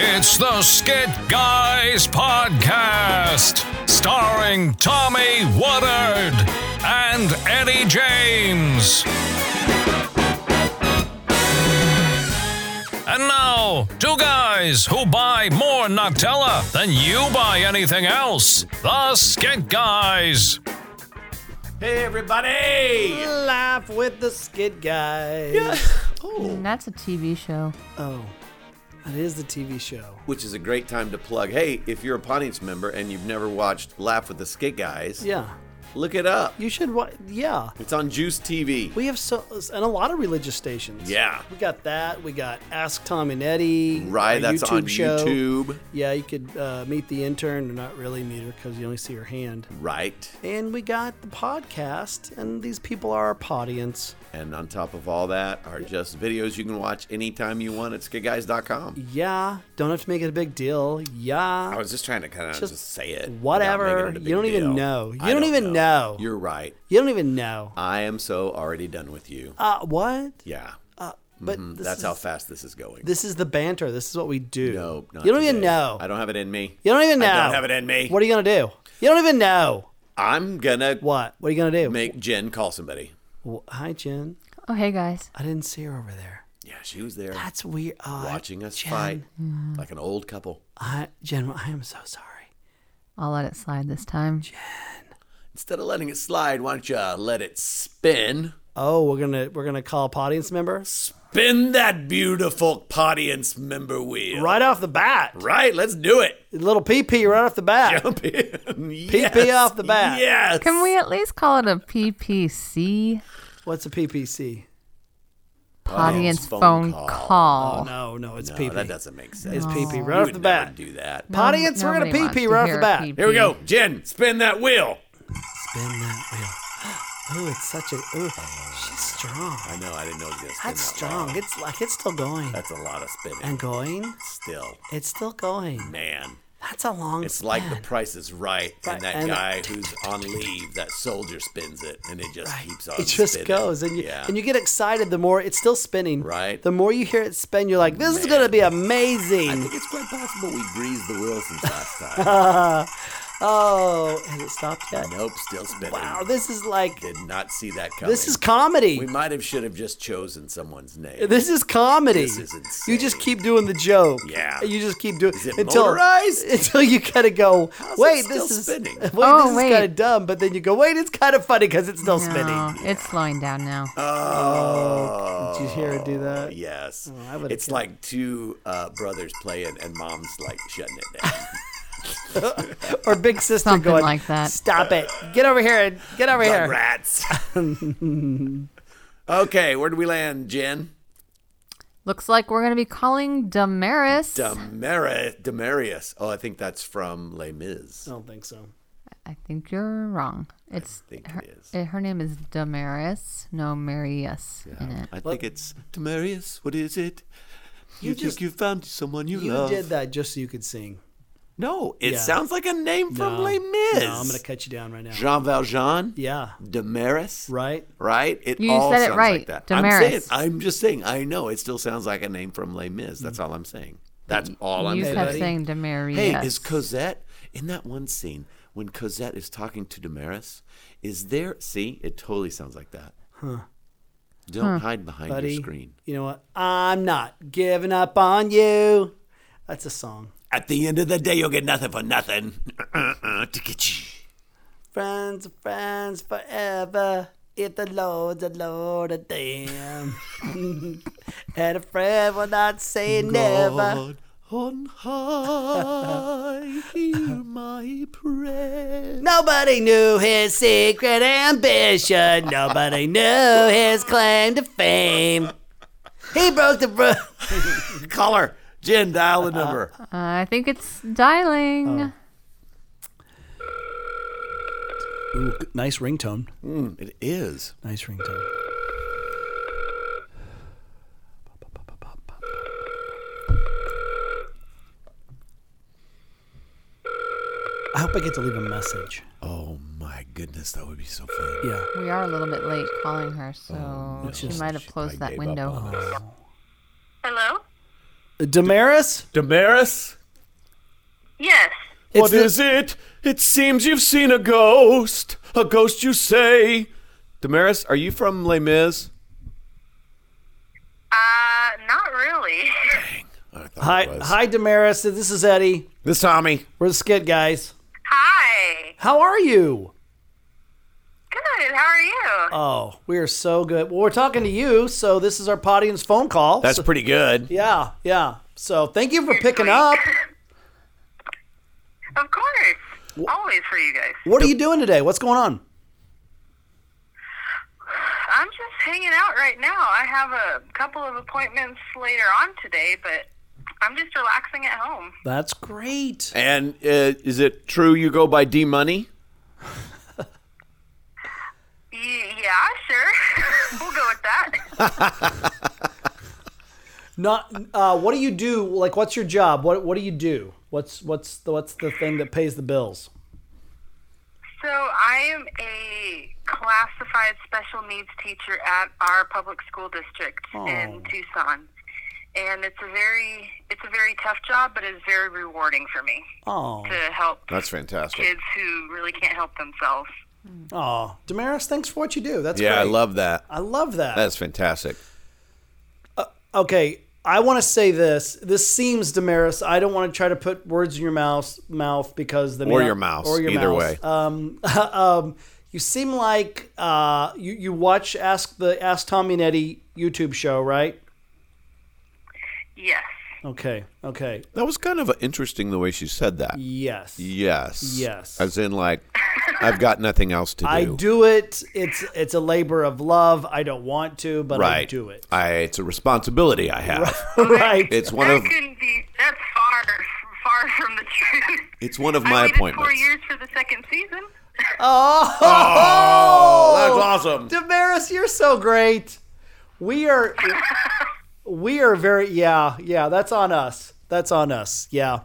It's the Skit Guys Podcast, starring Tommy Woodard and Eddie James. And now, two guys who buy more Nutella than you buy anything else. The Skit Guys. Hey everybody! Laugh with the Skid Guys. And that's a TV show. Oh, that is the TV show. Which is a great time to plug. Hey, if you're a Pontius member and you've never watched Laugh with the Skit Guys, Yeah, look it up. you should. Wa- yeah, It's on Juice TV. we have so and a lot of religious stations. Yeah. we got that. We got Ask Tom and Eddie. Right, our that's on show. YouTube. Yeah, you could uh, meet the intern, or not really meet her because you only see her hand. Right. And we got the podcast, and these people are our audience. And on top of all that are just videos you can watch anytime you want at skitguys.com. Yeah, don't have to make it a big deal. I Yeah, was just trying to kind of just, Just say it. without whatever. making it a You don't big even deal. know. You I don't even know. You're right. you don't even know. I am so already done with you. Uh, what? Yeah. But this Mm-hmm. That's is- how fast this is going. This is the banter. This is what we do. no, not you don't even today. know. I don't have it in me. you don't even know. I don't have it in me. What are you gonna do? You don't even know. I'm gonna What? What are you gonna do? make Jen call somebody. Wh- Hi, Jen. Oh, hey guys. I didn't see her over there. Yeah, she was there That's weird. Uh, watching us Jen, Mm. fight like an old couple. I, Jen, I am so sorry. I'll let it slide this time. Instead of letting it slide, why don't you uh, let it spin? Oh, we're gonna we're gonna call up audience member Spin that beautiful audience member wheel. right off the bat. right. Let's do it. Little PP right off the bat. Jump in. yes. PP off the bat. Yes. Can we at least call it a PPC? What's a PPC? Audience phone phone, call. call. Oh, No, no, it's Oh. No, PP. that doesn't make sense. It's PP You right off would the never bat. do that. Audience, we're gonna nobody wants PP to right off hear the a bat. PP. Here we go, Jen. Spin that wheel. Spin that wheel. Ooh, it's such a. Ooh, she's strong. Oh. I know. I didn't know it was gonna spin That's that long. strong. It's like it's still going That's a lot of spinning. and going. Still, It's still going. man. That's a long. It's like the price is right, and Right, that and- guy who's on leave, that soldier spins it, and it just keeps on. it just spinning. goes, and you yeah. and you get excited. The more it's still spinning. Right. The more you hear it spin, you're like, "This is gonna be I amazing!" think it's quite possible we greased the wheel since last time. Oh, has it stopped yet? nope, still spinning. Wow, this is like did not see that coming. this is comedy. We might have should have just chosen someone's name. This is comedy. This is insane. You just keep doing the joke. Yeah. You just keep doing it until motorized? until you kind of go. How's wait, it still this is spinning? wait, Oh, this wait. is kind of dumb. But then you go, wait, it's kind of funny because it's still No, spinning. it's slowing down now. oh, Did you hear her do that? Yes, I would've it's killed- like two uh, brothers playing, and mom's like shutting it down. Or big sister Something going like that. Stop it! Get over here and get over here. Rats. okay, where do we land, Jen? Looks like we're gonna be calling Damaris. Demari- Demarius. Oh, I think that's from Les Mis. I don't think so. I think you're wrong. It's think her, it is. eh, her name is Damaris. No, Marius in it. I think it's Demarius. What is it? You, think just- you found someone you, You love? did that just so you could sing. No, it Yeah. sounds like a name from No. Les Mis. No, I'm gonna cut you down right now. Jean Valjean. Yeah. Damaris. Right. Right? It You all said it sounds like right, that. I'm saying. Damaris. I'm just saying. I know it still sounds like a name from Les Mis. Mm. That's all I'm saying. That's all I'm you saying. kept buddy. saying Damaris. Hey, is Cosette in that one scene when Cosette is talking to Damaris? Is there? See, it totally sounds like that. Huh? Don't hide behind Buddy, your screen. You know what? I'm not giving up on you. That's a song. At the end of the day, you'll get nothing for nothing. Uh-uh-uh, tickitch. Friends, are friends forever. If the Lord's a Lord of them. and a friend will not say never. God on high, hear my prayer. Nobody knew his secret ambition. Nobody knew his claim to fame. He broke the rule. Call her. Jen, dial the number. I think it's dialing. nice ringtone. Mm, it is. Nice ringtone. I hope I get to leave a message. Oh my goodness, that would be so fun. Yeah. We are a little bit late calling her, so she might have closed I that gave up window. on it. Hello? Uh, Damaris? Damaris? Yes. What is the- it? It seems you've seen a ghost. A ghost, you say. Damaris, are you from Les Mis? Uh, not really. I thought Hi, it was. hi, Damaris. This is Eddie. This Tommy. We're the Skid Guys. Hi. How are you? Good. How are you? Oh, we are so good. Well, we're talking to you, so this is our audience phone call. That's So- pretty good. yeah, yeah. So thank you for picking up. Of course. Always for you guys. What are you doing today? What's going on? I'm just hanging out right now. I have a couple of appointments later on today, but I'm just relaxing at home. That's great. And uh, is it true you go by D Money? Y- yeah, sure. we'll go with that. Not. Uh, what do you do? Like, what's your job? What What do you do? What's What's the What's the thing that pays the bills? So I am a classified special needs teacher at our public school district Oh. in Tucson. And it's a very it's a very tough job, but it's very rewarding for me Oh, to help That's fantastic. kids who really can't help themselves. oh, Damaris, thanks for what you do. That's yeah, I great. love that. I love that. That's fantastic. okay, I want to say this. This seems Damaris. I don't want to try to put words in your mouth, mouth because the Or your mouse, either way. Um, um, you seem like uh, you you watch ask the Ask Tommy and Eddie YouTube show, right? Yes. Okay, okay, That was kind of interesting the way she said that. yes. Yes. Yes. As in, like, I've got nothing else to do. I do it. It's it's a labor of love. I don't want to, but Right. I do it. I, it's a responsibility I have. right. It's one that of couldn't be that's far far from the truth. it's one of I my waited appointments. four years for the second season. Oh, that's awesome. Damaris, you're so great. We are we are very yeah, yeah, that's on us. That's on us. Yeah.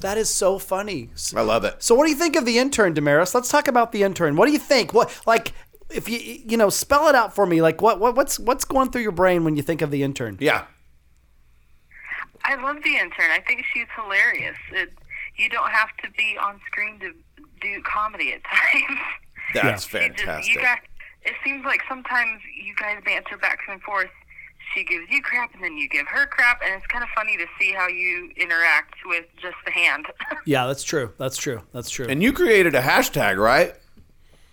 That is so funny. I love it. So what do you think of the intern, Damaris? Let's talk about the intern. What do you think? What like if you you know, spell it out for me. Like what, what what's what's going through your brain when you think of the intern? Yeah. I love the intern. I think she's hilarious. It, you don't have to be on screen to do comedy at times. That's She just- fantastic. you guys, it seems like sometimes you guys banter back and forth. She gives you crap, and then you give her crap, and it's kind of funny to see how you interact with just the hand. Yeah, that's true. That's true. That's true. and you created a hashtag, right?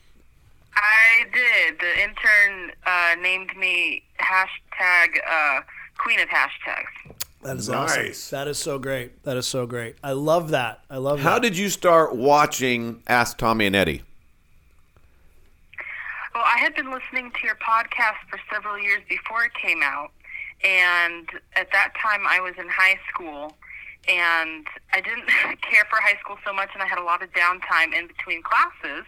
I did. The intern uh, named me hashtag uh, queen of hashtags. that is Nice. awesome. That is so great. That is so great. I love that. I love How that. did you start watching Ask Tommy and Eddie? Well, I had been listening to your podcast for several years before it came out, and at that time I was in high school, and I didn't care for high school so much, and I had a lot of downtime in between classes,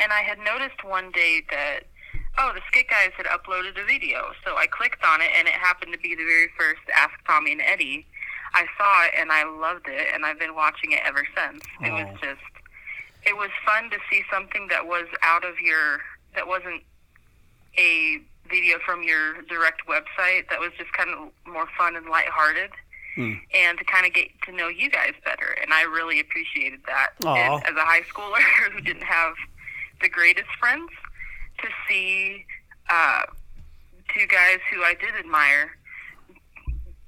and I had noticed one day that oh, the Skit Guys had uploaded a video, so I clicked on it, and it happened to be the very first Ask Tommy and Eddie. I saw it and I loved it, and I've been watching it ever since. It was just it was fun to see something that was out of your that wasn't a video from your direct website that was just kind of more fun and lighthearted and to kind of get to know you guys better and i really appreciated that Aw. And as a high schooler who didn't have the greatest friends to see uh, two guys who i did admire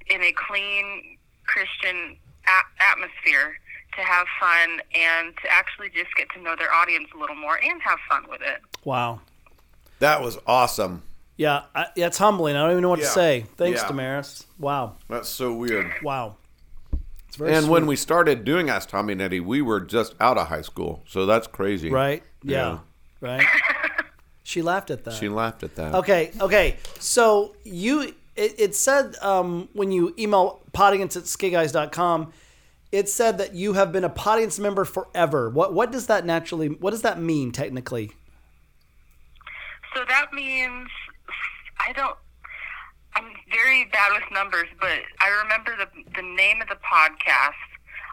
in a clean Christian a- atmosphere to have fun and to actually just get to know their audience a little more and have fun with it. wow. That was awesome. Yeah, I, that's humbling. I don't even know what to Yeah. say. Thanks, Yeah. Damaris. Wow, That's so weird. wow. It's very And sweet, when we started doing Ask Tommy and Eddie, we were just out of high school. So that's crazy. right, yeah, right. she laughed at that. She laughed at that. okay, okay. So you, it, it said um, when you email podience at skiguys.com, it said that you have been a podience member forever. What what does that naturally? What does that mean technically? So that means I don't. I'm very bad with numbers, but I remember the the name of the podcast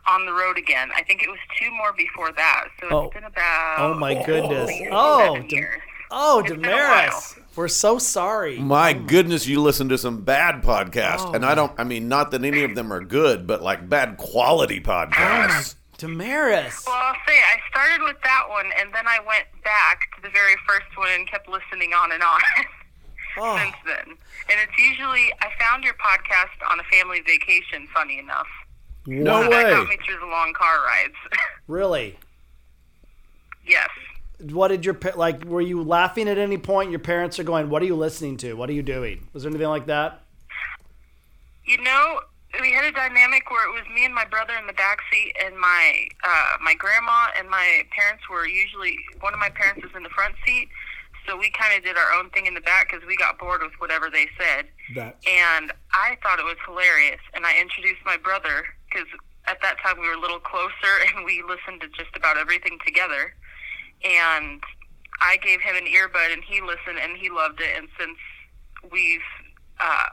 on the road again. I think it was two more before that. So it's Oh. been about Oh my goodness. Oh, seven Dam- years. oh, It's been a Damaris, we're so sorry. My goodness, you listen to some bad Oh. Oh podcasts. and I don't, I mean, not that any of them are good, but like bad quality podcasts. Damaris. Well, I'll say I started with that one, and then I went back to the very first one and kept listening on and on Oh, since then. And it's usually I found your podcast on a family vacation. Funny enough, No that got way. me through the long car rides. really? yes. What did your pa- like? Were you laughing at any point? Your parents are going, "What are you listening to? What are you doing?" Was there anything like that? You know, we had a dynamic where it was me and my brother in the back seat, and my uh, my grandma and my parents were usually one of my parents was in the front seat, so we kind of did our own thing in the back because we got bored with whatever they said. That And I thought it was hilarious, and I introduced my brother because at that time we were a little closer, and we listened to just about everything together. And I gave him an earbud, and he listened, and he loved it. And since we've uh,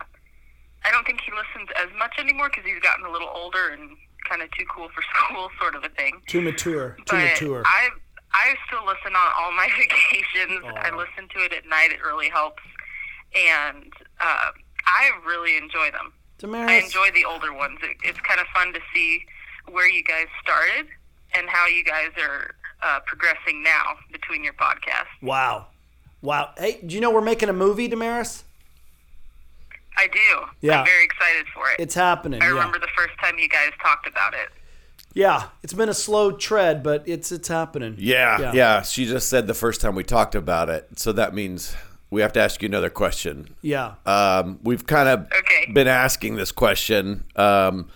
I don't think he listens as much anymore because he's gotten a little older and kind of too cool for school, sort of a thing. too mature. Too But mature. I I still listen on all my vacations. I listen to it at night. It really helps, and uh, I really enjoy them. Damaris. I enjoy the older ones. It, it's kind of fun to see where you guys started and how you guys are uh, progressing now between your podcasts. Wow. Wow. Hey, do you know we're making a movie, Damaris? I do. Yeah. I'm very excited for it. It's happening. I yeah. remember the first time you guys talked about it. Yeah, it's been a slow tread, but it's it's happening. Yeah, Yeah. yeah, She just said the first time we talked about it, so that means we have to ask you another question. Yeah. Um, we've kind of Okay. been asking this question. Um,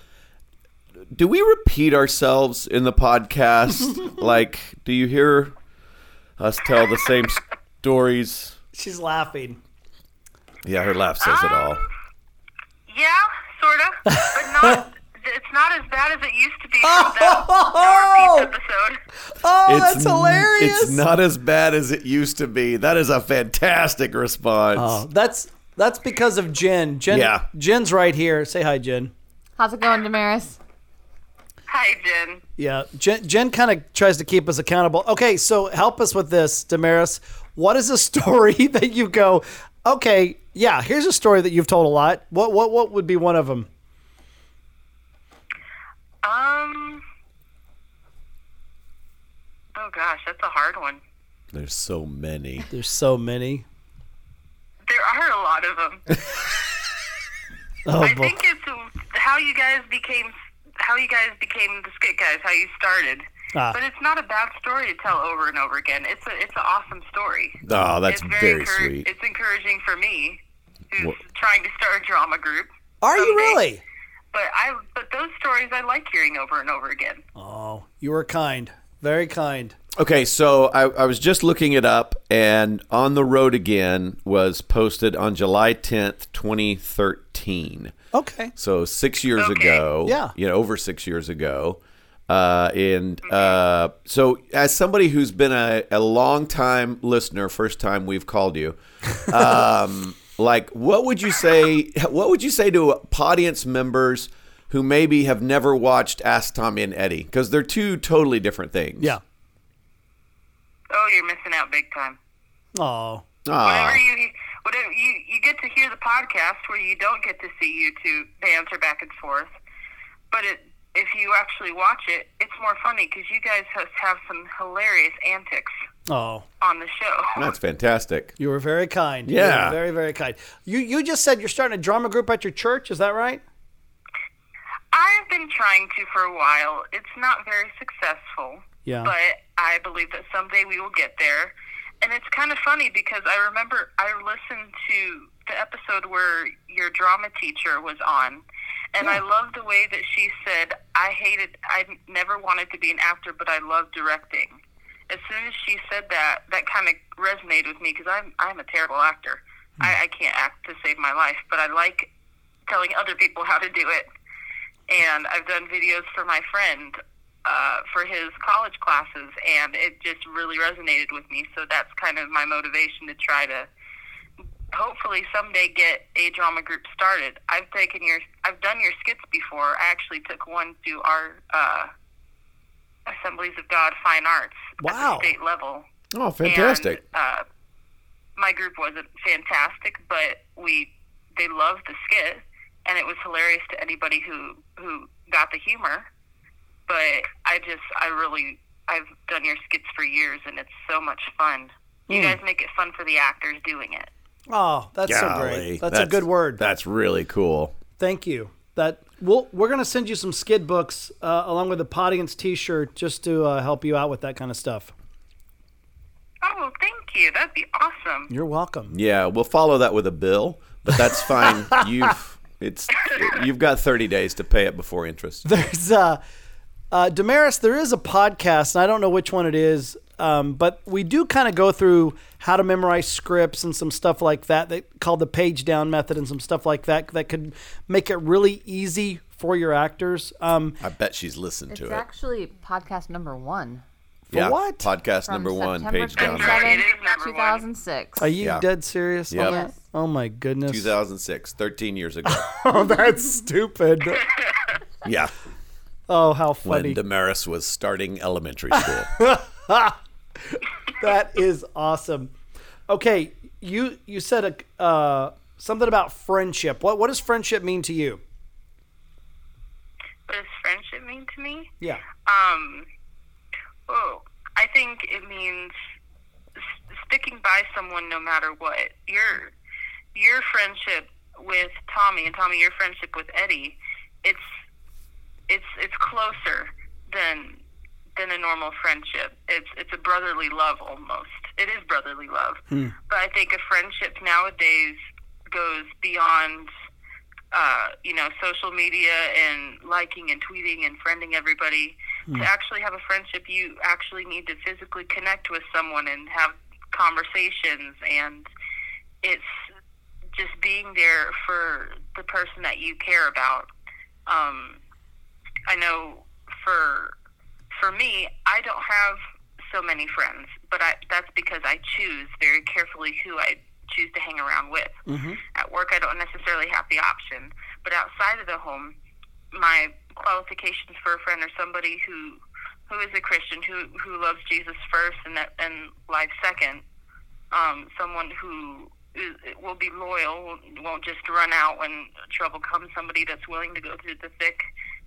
do we repeat ourselves in the podcast? like, do you hear us tell the same stories? She's laughing. Yeah, her laugh says it all. Yeah, sort of, but not. it's not as bad as it used to be from that no repeats episode. Oh, that's n- hilarious. It's not as bad as it used to be. That is a fantastic response. Oh, that's that's because of Jen. Jen Yeah. Jen's right here. Say hi, Jen. How's it going, Damaris? Hi, Jen. Yeah. Jen Jen kind of tries to keep us accountable. Okay, so help us with this, Damaris. What is a story that you go, okay, yeah, here's a story that you've told a lot. What what what would be one of them? Um. Oh gosh, that's a hard one. There's so many. There's so many. There are a lot of them. Oh, I boy. think it's how you guys became how you guys became the skit guys, how you started. Ah. But it's not a bad story to tell over and over again. It's a it's an awesome story. Oh, that's it's very, encour- sweet. It's encouraging for me, who's What- trying to start a drama group. Are you someday. really? But I but those stories I like hearing over and over again. Oh, you were kind. Very kind. Okay, so I, I was just looking it up, and On the Road Again was posted on July 10th, 2013. Okay. So six years Okay. ago. Yeah. You know, over six years ago. Uh, and uh, so, as somebody who's been a, a long time listener, first time we've called you, um, like, what would you say? What would you say to audience members who maybe have never watched Ask Tommy and Eddie because they're two totally different things? Yeah. Oh, you're missing out big time. Oh. Ah. Whenever you whatever you you get to hear the podcast where you don't get to see you two banter back and forth, but it if you actually watch it, it's more funny because you guys have, have some hilarious antics Oh. on the show. That's fantastic. You were very kind. You Yeah. were very, very kind. You you just said you're starting a drama group at your church, is that right? I've been trying to for a while. It's not very successful. Yeah. But I believe that someday we will get there. And it's kind of funny because I remember I listened to the episode where your drama teacher was on. And I love the way that she said, I hated, I never wanted to be an actor, but I love directing. As soon as she said that, that kind of resonated with me because I'm, I'm a terrible actor. I, I can't act to save my life, but I like telling other people how to do it and I've done videos for my friend uh, for his college classes, and it just really resonated with me. So that's kind of my motivation to try to hopefully someday get a drama group started. I've taken your, I've done your skits before. I actually took one to our uh, Assemblies of God Fine Arts Wow. at the state level. Oh, fantastic. And, uh, my group wasn't fantastic, but we they loved the skit, and it was hilarious to anybody who who got the humor. but I just, I really, I've done your skits for years, and it's so much fun. You guys make it fun for the actors doing it. Oh, that's so Golly, great. That's, a good word. That's really cool. Thank you. That we'll, we're going to send you some skid books uh, along with a Podians T-shirt just to uh, help you out with that kind of stuff. Oh, thank you. That'd be awesome. You're welcome. Yeah, we'll follow that with a bill, but that's fine. you've it's you've got 30 days to pay it before interest. There's uh, uh, Damaris. There is a podcast, and I don't know which one it is, um, but we do kind of go through how to memorize scripts and some stuff like that. That called the page down method and some stuff like that that could make it really easy for your actors. Um, I bet she's listened It's to it. actually podcast number one. For yeah, what? Podcast From number one, September page down, 27th, It is number one. 2006. are you Yeah. dead serious? on Yep. that? Yes. Oh my goodness. 2006, 13 years ago. Oh, that's stupid. yeah, Oh, how when funny. Damaris was starting elementary school. that is awesome. Okay, you you said a, uh, something about friendship. What what does friendship mean to you? What does friendship mean to me? Yeah. Um, oh, I think it means s- sticking by someone no matter what. Your your friendship with Tommy and Tommy, your friendship with Eddie, it's it's it's closer than than a normal friendship. It's it's a brotherly love almost. It is brotherly love, but I think a friendship nowadays goes beyond uh, you know, social media and liking and tweeting and friending everybody. To actually have a friendship, you actually need to physically connect with someone and have conversations. And it's just being there for the person that you care about. Um, I know for for me, I don't have so many friends, but I, that's because I choose very carefully who I choose to hang around with. At work, I don't necessarily have the option, but outside of the home, my qualifications for a friend are somebody who who is a Christian, who who loves Jesus first and that, and life second. Um, someone who is, will be loyal, won't- won't just run out when trouble comes. Somebody that's willing to go through the thick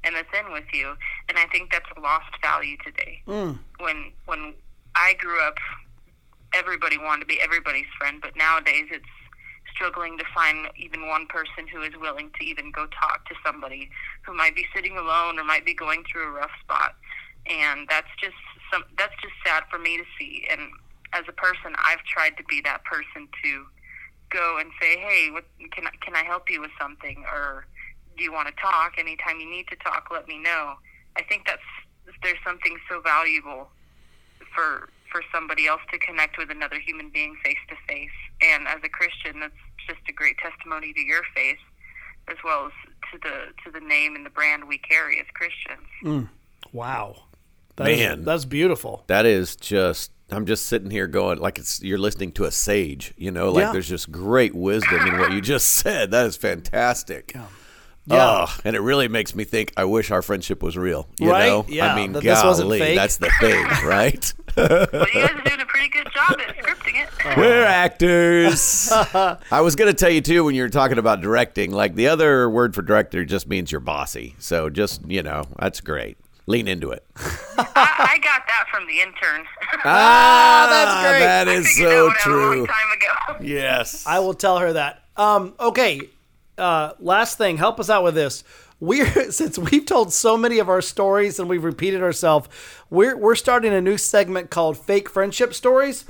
and the thin with you, and I think that's a lost value today. When when I grew up, everybody wanted to be everybody's friend, but nowadays it's struggling to find even one person who is willing to even go talk to somebody who might be sitting alone or might be going through a rough spot. And that's just some that's just sad for me to see. And as a person, I've tried to be that person to go and say, "Hey, what can I, can I help you with something?" or "Do you want to talk? Anytime you need to talk, let me know." I think that's there's something so valuable for for somebody else to connect with another human being face to face. And as a Christian, that's just a great testimony to your faith, as well as to the to the name and the brand we carry as Christians. Wow. That is- Man. that's beautiful. that is just. I'm just sitting here going like it's you're listening to a sage, you know, like Yeah. there's just great wisdom in what you just said. That is fantastic. Yeah. Oh, and it really makes me think. I wish our friendship was real. You Right? know, Yeah, I mean, that golly, this wasn't fake. that's the thing, right? But you guys are doing a pretty good job at scripting it. We're actors. I was gonna tell you too when you were talking about directing. Like the other word for director just means you're bossy. So just you know, that's great. Lean into it. I, I got that from the intern. Ah, that's great. That I is figured that so one out a long true. time ago. Yes. I will tell her that. Um, okay. Uh, last thing, help us out with this. We're since we've told so many of our stories and we've repeated ourselves, we're we're starting a new segment called Fake Friendship Stories.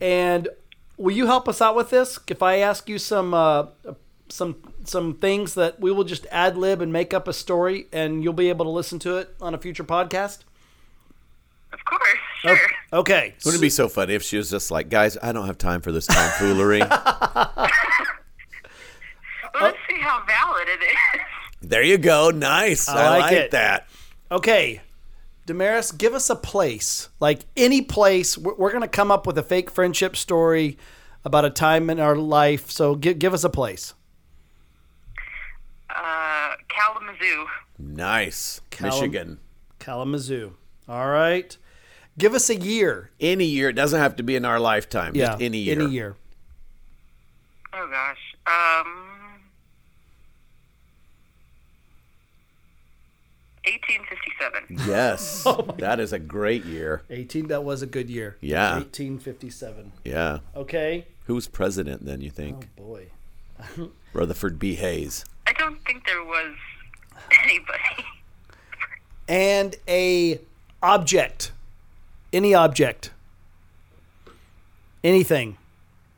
And will you help us out with this? If I ask you some uh, some some things that we will just ad lib and make up a story, and you'll be able to listen to it on a future podcast. Of course, sure. Oh, Okay. Wouldn't it be so funny if she was just like, guys, I don't have time for this tomfoolery. oh. Well, let's see how valid it is. there you go. Nice. I, like like, it. that. Okay, Damaris, give us a place, like any place. We're, we're going to come up with a fake friendship story about a time in our life. So give, give us a place. Uh, Kalamazoo. Nice. Michigan. Kalamazoo. All right. Give us a year. Any year. It doesn't have to be in our lifetime. Yeah. Just any year. Any year. Oh gosh. Um, 1857. Yes. Oh that is a great year. 18, that was a good year. Yeah. 1857. Yeah. Okay. Who's president then, you think? Boy. Oh. Rutherford B. Hayes. I don't think there was anybody. And a object. Any object. Anything.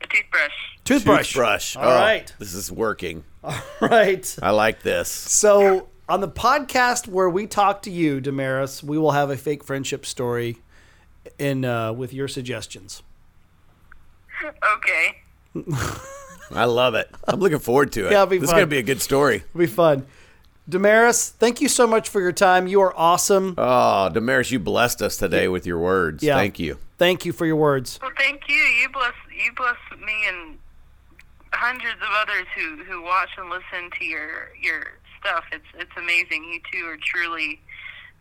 A toothbrush. Toothbrush. Brush. Oh, All right. This is working. Right. I like this. So on the podcast where we talk to you, Damaris, we will have a fake friendship story in uh, with your suggestions. Okay. I love it. I'm looking forward to it. Yeah, it'll be this fun. is going to be a good story. It'll be fun. Damaris, thank you so much for your time. You are awesome. Oh, Damaris, you blessed us today with your words. Yeah. Thank you. Thank you for your words. Well, thank you. You bless you bless me and hundreds of others who who watch and listen to your your stuff. It's it's amazing. You two are truly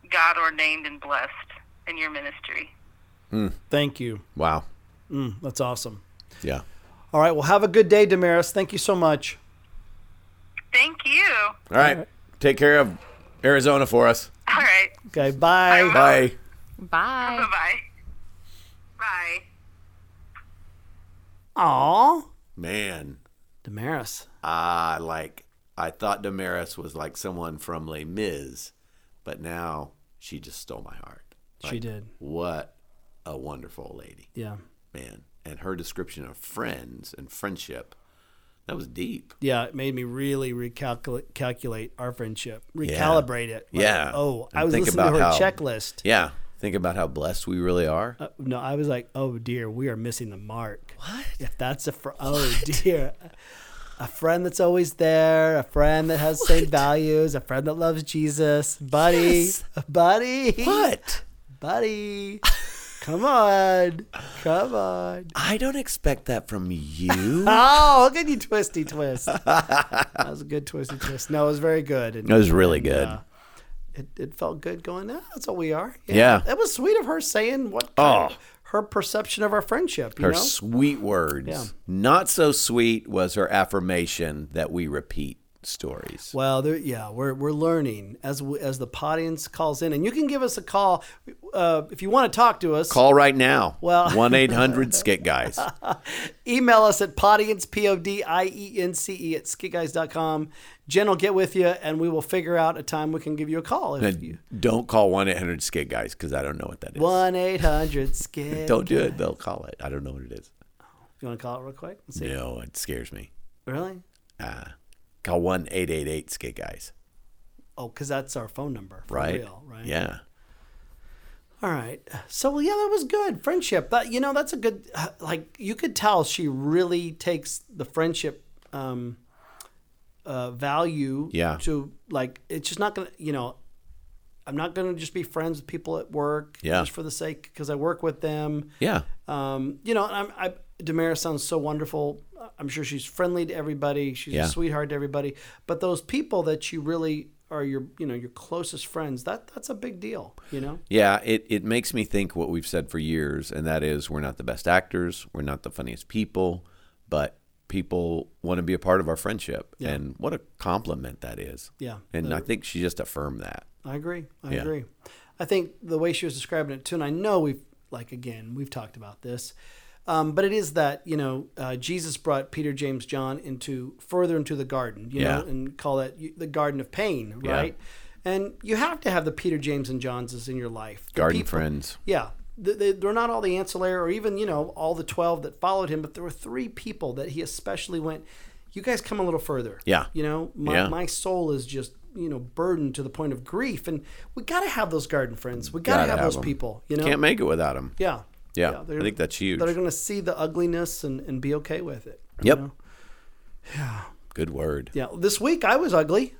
God ordained and blessed in your ministry. Thank you. Wow. That's awesome. Yeah. All right. Well, have a good day, Damaris. Thank you so much. Thank you. All right. Take care of Arizona for us. All right. Okay. Bye. Bye. Bye. Bye bye. Bye. Aw. Man, Damaris. I like I thought Damaris was like someone from Les Mis, but now she just stole my heart. She did. What a wonderful lady. Yeah. Man. And her description of friends and friendship, that was deep. Yeah, it made me really recalculate calculate our friendship, recalibrate it. Like, Yeah. Oh, I And was think listening to her about how- checklist. Yeah. Think about how blessed we really are. Uh, no, I was like, oh dear, we are missing the mark. What? If that's a fr- oh dear, a friend that's always there, a friend that has same values, a friend that loves Jesus, buddy, buddy, But buddy, come on, come on. I don't expect that from you. Oh, look at you, twisty twist. that was a good twisty twist. No, it was very good. And That was really good. it, it felt good going. Ah, that's what we are. Yeah. that was sweet of her saying what. Oh. kind of- her perception of our friendship. You her know? sweet words. Yeah. Not so sweet was her affirmation that we repeat stories. Well, there, yeah, we're we're learning as we, as the audience calls in, and you can give us a call uh, if you want to talk to us. Call right now. Well- 1 800 Skit Guys. Email us at podience p o d i e n c e at skiguys.com. Jen will get with you, and we will figure out a time we can give you a call. If you Don't call 1 800 Skit Guys because I don't know what that is. one eight hundred skid. Don't do it. They'll call it. I don't know what it is. You want to call it real quick? Let's see. No, it scares me. Really? Call 1 888 Skit Guys. Oh, because that's our phone number. For Right? Real, right. Yeah. All right. So well, yeah, that was good friendship. But you know, that's a good uh, like you could tell she really takes the friendship um uh value Yeah. to like it's just not going to, you know, I'm not going to just be friends with people at work Yeah. just for the sake cuz I work with them. Yeah. Um, you know, and I'm I Damaris sounds so wonderful. Uh, I'm sure she's friendly to everybody. She's Yeah. a sweetheart to everybody. But those people that you really are your, you know, your closest friends, that that's a big deal, you know? Yeah, it, it makes me think what we've said for years, and that is we're not the best actors, we're not the funniest people, but people want to be a part of our friendship. And what a compliment that is. Yeah. And I think she just affirmed that. I agree. I Yeah. agree. I think the way she was describing it too, and I know we've like again we've talked about this, um, but it is that you know uh, Jesus brought Peter, James, John into further into the garden, you know, Yeah. and call that y- the Garden of Pain, Yeah. right? And you have to have the Peter, James, and Johnses in your life. The Garden people- friends. Yeah. Th- they- They're not all the ancillary or even, you know, all the 12 that followed him, but there were three people that he especially went, you guys come a little further. Yeah. You know, my, Yeah. my soul is just, you know, burdened to the point of grief. And we got to have those garden friends. We got to Gotta have, have those 'em. people, you know? Can't make it without them. yeah. Yeah, they're- I think that's huge. That are going to see the ugliness and, and be okay with it. you Yep. know? Good word. Yeah. This week I was ugly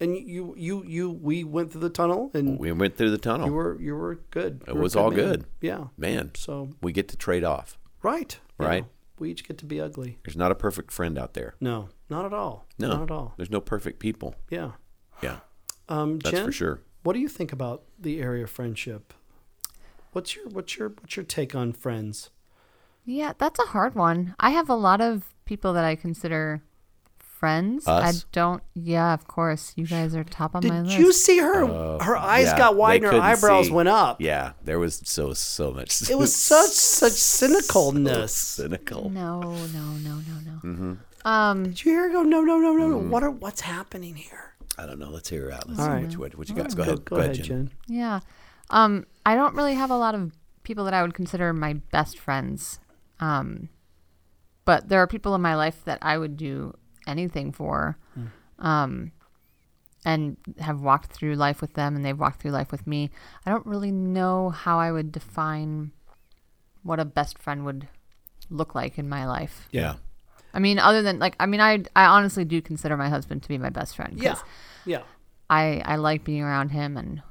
and you, you, you, we went through the tunnel and We went through the tunnel. you were, you were good. You it were a was all man. good. Yeah. Man, So, we get to trade off. right. you Right. know, we each get to be ugly. There's not a perfect friend out there. No, not at all. No. not at all. There's no perfect people. Yeah. Yeah, Um, that's Jen, for sure. What do you think about the area of friendship? What's your what's your what's your take on friends? Yeah, that's a hard one. I have a lot of people that I consider friends. Us? I don't. Yeah, of course. You guys are top on my Did list. you see her? her eyes Uh, Yeah, got they wide and her couldn't eyebrows see. went up. Yeah, there was so so much. It was such such cynicalness. cynical. No, no, no, no, no. Did you hear her go? No, no, no, no, Mm. no. What are what's happening here? I don't know. Let's hear her out. Let's All see right. which what, what you got. Oh, Go, ahead. Go ahead, Jen. Yeah. Um, I don't really have a lot of people that I would consider my best friends. Um, but there are people in my life that I would do anything for. Um, and have walked through life with them and they've walked through life with me. I don't really know how I would define what a best friend would look like in my life. Yeah. I mean, other than like, I mean, I, I honestly do consider my husband to be my best friend. 'cause Yeah, yeah. I I like being around him and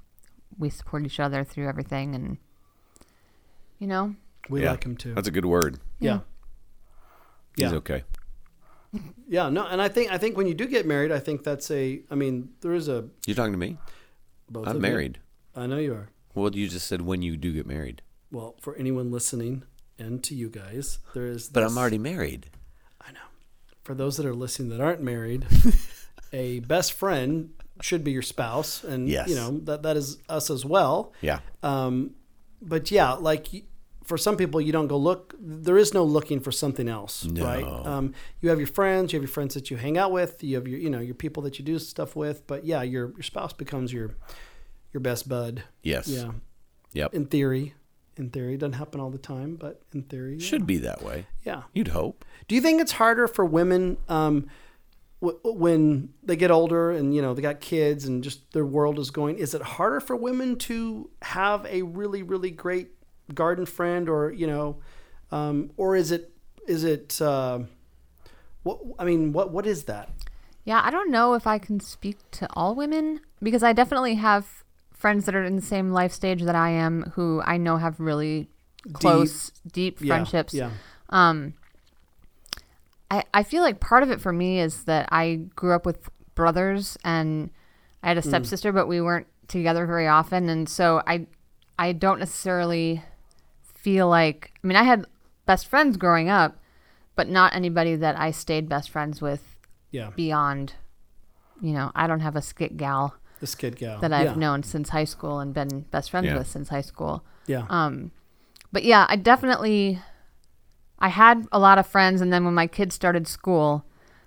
we support each other through everything and you know We yeah. like him too. That's a good word. yeah. He's Yeah. okay. Yeah, no, and I think I think when you do get married, I think that's a. I mean, there is a. You're talking to me? Both of I'm you- married. I know you are. Well, you just said when you do get married. Well, for anyone listening and to you guys, there is. But this- I'm already married. I know. For those that are listening that aren't married, a best friend should be your spouse, and Yes. you know that that is us as well. Yeah. Um, but yeah, like y- for some people, you don't go look. There is no looking for something else, right? Um, you have your friends, you have your friends that you hang out with, you have your you know your people that you do stuff with. But yeah, your your spouse becomes your your best bud. Yes. Yeah, Yep. in theory, in theory, it doesn't happen all the time, but in theory, yeah. Should be that way. yeah. You'd hope. Do you think it's harder for women um, w- when they get older and you know they got kids and just their world is going? Is it harder for women to have a really really great garden friend or you know, um, or is it is it uh, what I mean what what is that? yeah I don't know if I can speak to all women because I definitely have friends that are in the same life stage that I am who I know have really close deep, Yeah, friendships Yeah. I, I feel like part of it for me is that I grew up with brothers and I had a stepsister, but we weren't together very often, and so I I don't necessarily feel like I mean I had best friends growing up, but not anybody that I stayed best friends with Yeah. beyond. You know, I don't have a skit gal This kid gal that I've yeah. known since high school and been best friends Yeah. with since high school Yeah. Um, but yeah, I definitely I had a lot of friends and then when my kids started school,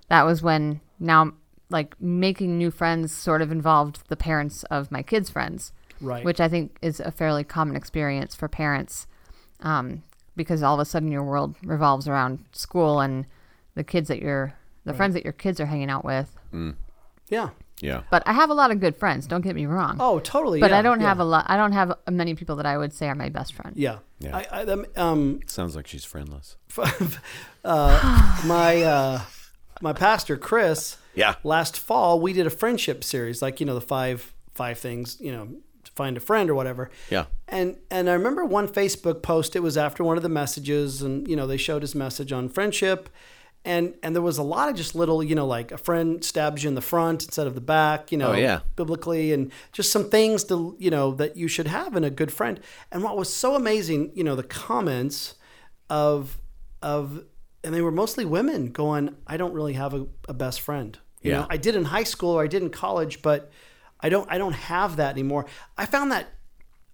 that was when now like making new friends sort of involved the parents of my kids' friends. Right. Which I think is a fairly common experience for parents. Um, because all of a sudden your world revolves around school and the kids that you're the friends that your kids are hanging out with. yeah. Yeah. But I have a lot of good friends, don't get me wrong. Oh, totally. but yeah, I don't yeah. have a lot I don't have many people that I would say are my best friend. Yeah. Yeah. I, I them- um Sounds like she's friendless. my uh, my pastor Chris. Yeah. Last fall, we did a friendship series, like you know the five five things you know to find a friend or whatever. Yeah. And and I remember one Facebook post. It was after one of the messages, and you know they showed his message on friendship, and and there was a lot of just little you know like a friend stabs you in the front instead of the back. You know. Oh, yeah. Biblically, and just some things to you know that you should have in a good friend. And what was so amazing, you know, the comments of of and they were mostly women going i don't really have a, a best friend you Yeah. know i did in high school or i did in college but i don't i don't have that anymore i found that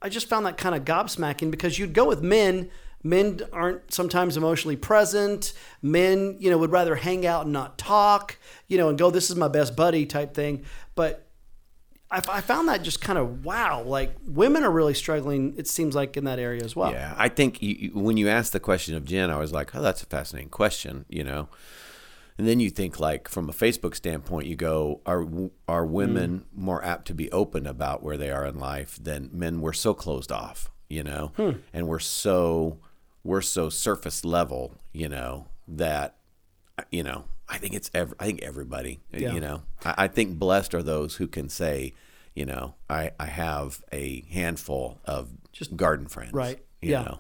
i just found that kind of gobsmacking because you'd go with men men aren't sometimes emotionally present men you know would rather hang out and not talk you know and go this is my best buddy type thing but I, I found that just kind of wow like women are really struggling it seems like in that area as well Yeah, I think you, you- when you asked the question of Jen, I was like, "Oh, that's a fascinating question," you know. And then you think, like, from a Facebook standpoint, you go, "Are w- are women more apt to be open about where they are in life than men? We're so closed off, you know, and we're so we're so surface level, you know, that you know, I think it's ev I think everybody, you know, I, I think blessed are those who can say, you know, I, I have a handful of just garden friends, Right. You Yeah. know,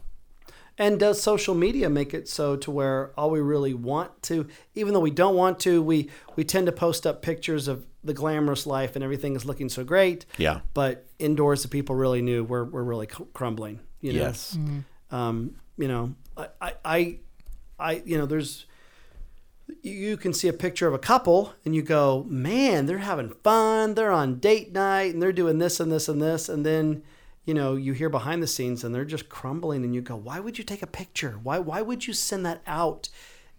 And does social media make it so to where all we really want to, even though we don't want to, we we tend to post up pictures of the glamorous life and everything is looking so great. Yeah. But indoors, the people really knew we're we're really cr- crumbling. You know? Yes. Um. You know, I I I, I you know there's you can see a picture of a couple and you go, man, they're having fun. They're on date night and they're doing this and this and this. And then, you know, you hear behind the scenes and they're just crumbling and you go, why would you take a picture? Why, why would you send that out?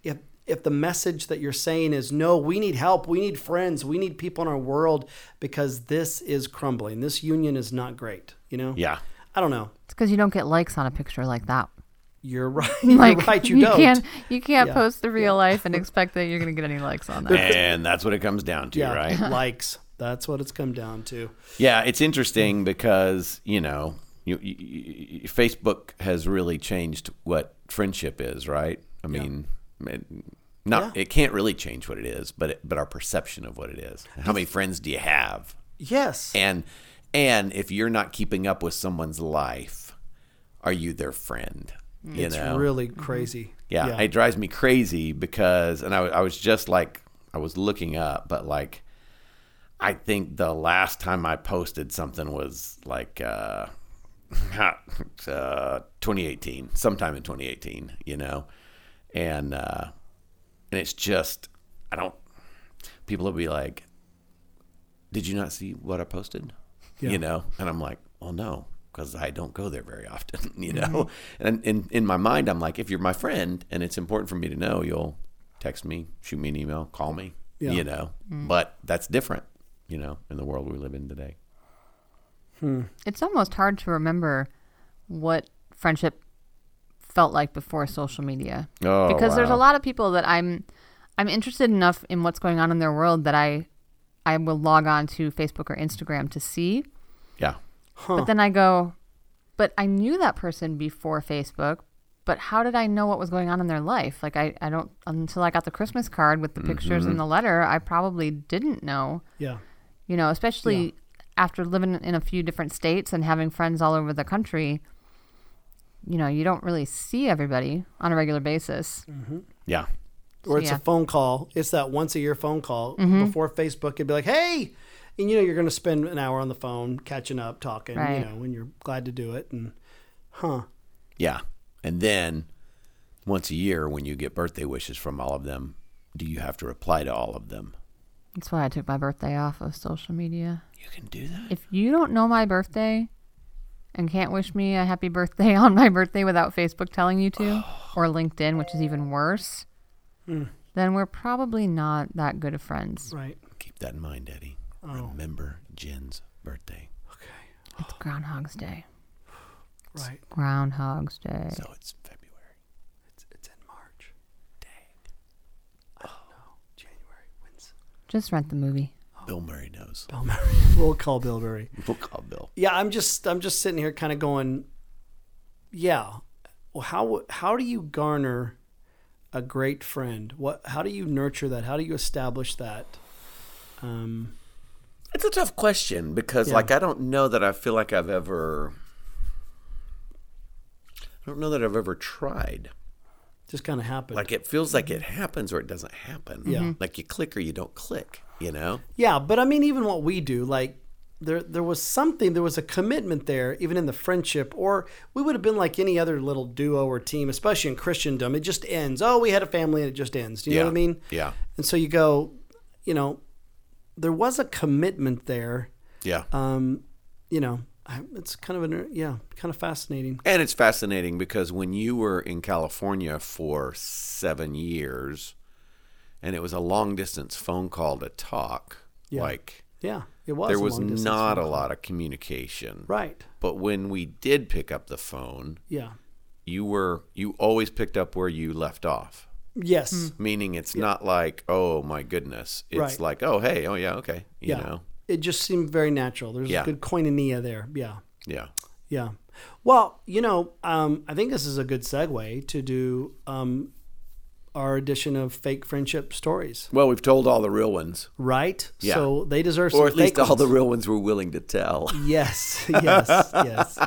If, if the message that you're saying is no, we need help, we need friends, we need people in our world because this is crumbling. This union is not great, you know? Yeah. I don't know. It's because you don't get likes on a picture like that. You're right. You're Like right. You, don't. can't you can't Yeah. post the real life and expect that you're gonna get any likes on that. And that's what it comes down to, yeah. right? Likes. That's what it's come down to. Yeah, it's interesting because you know, you, you, you, Facebook has really changed what friendship is, right? I mean, it- not Yeah. it can't really change what it is, but it, but our perception of what it is. How many friends do you have? Yes. And and if you're not keeping up with someone's life, are you their friend? You it's know, really crazy. yeah, it drives me crazy because, and I, I was just like, I was looking up, but like, I think the last time I posted something was like uh, uh, 2018, sometime in 2018, you know, and uh, and it's just, I don't. People will be like, "Did you not see what I posted?" You know, and I'm like, "Well, no." Because I don't go there very often, you know, and in in my mind, I'm like, if you're my friend and it's important for me to know, you'll text me, shoot me an email, call me, Yeah. you know. Mm. But that's different, you know, in the world we live in today. It's almost hard to remember what friendship felt like before social media. Oh, because there's wow. a lot of people that I'm I'm interested enough in what's going on in their world that I I will log on to Facebook or Instagram to see. Yeah, But then I go, but I knew that person before Facebook, but how did I know what was going on in their life? Like I, I don't until I got the Christmas card with the pictures and the letter, I probably didn't know. Yeah. You know, especially after living in a few different states and having friends all over the country, you know, you don't really see everybody on a regular basis. yeah, Or it's yeah. Mm-hmm. a phone call. It's that once a year phone call before Facebook. It'd be like, hey, and you know you're going to spend an hour on the phone catching up, talking. Right. You know, and you're glad to do it. And huh? yeah. And then once a year, when you get birthday wishes from all of them, do you have to reply to all of them? That's why I took my birthday off of social media. You can do that. if you don't know my birthday and can't wish me a happy birthday on my birthday without Facebook telling you to, or LinkedIn, which is even worse, then we're probably not that good of friends. Right. Keep that in mind, Eddie. Oh. Remember Jen's birthday. It's Groundhog's Day. Right. Groundhog's Day. So it's February. It's, it's in March. Dang. I don't know. January. When's Just rent the movie. Bill Murray knows. Bill Murray? we'll call Bill Murray. We'll call Bill. Yeah, I'm just I'm just sitting here kind of going, yeah. Well, how how do you garner a great friend? What how do you nurture that? How do you establish that? Um, It's a tough question because, Yeah. like, I don't know that I feel like I've ever. I don't know that I've ever tried. just kind of happened. Like, it feels like it happens or it doesn't happen. Yeah. Like, you click or you don't click, you know? Yeah, but I mean, even what we do, like there there was something, there was a commitment there, even in the friendship, or we would have been like any other little duo or team, especially in Christendom. It just ends. Oh, we had a family, and it just ends. Do you Yeah, know what I mean? yeah. And so you go, you know, there was a commitment there. Yeah. Um, you know, I- it's kind of an uh, yeah, kind of fascinating. And it's fascinating because when you were in California for seven years and it was a long distance phone call to talk, like, Yeah, it was. there a was long distance not phone a call. lot of communication. Right. But when we did pick up the phone, Yeah. you were you always picked up where you left off Yes. meaning it's not like oh my goodness it's Right. like oh hey oh yeah okay you yeah. know It just seemed very natural. There's Yeah. a good koinonia there. Yeah. yeah Yeah. Well, you know, um, I think this is a good segue to do um, our edition of fake friendship stories, well we've told all the real ones right? Yeah. So they deserve some or at least fake all the ones. real ones we're willing to tell Yes, yes, yes.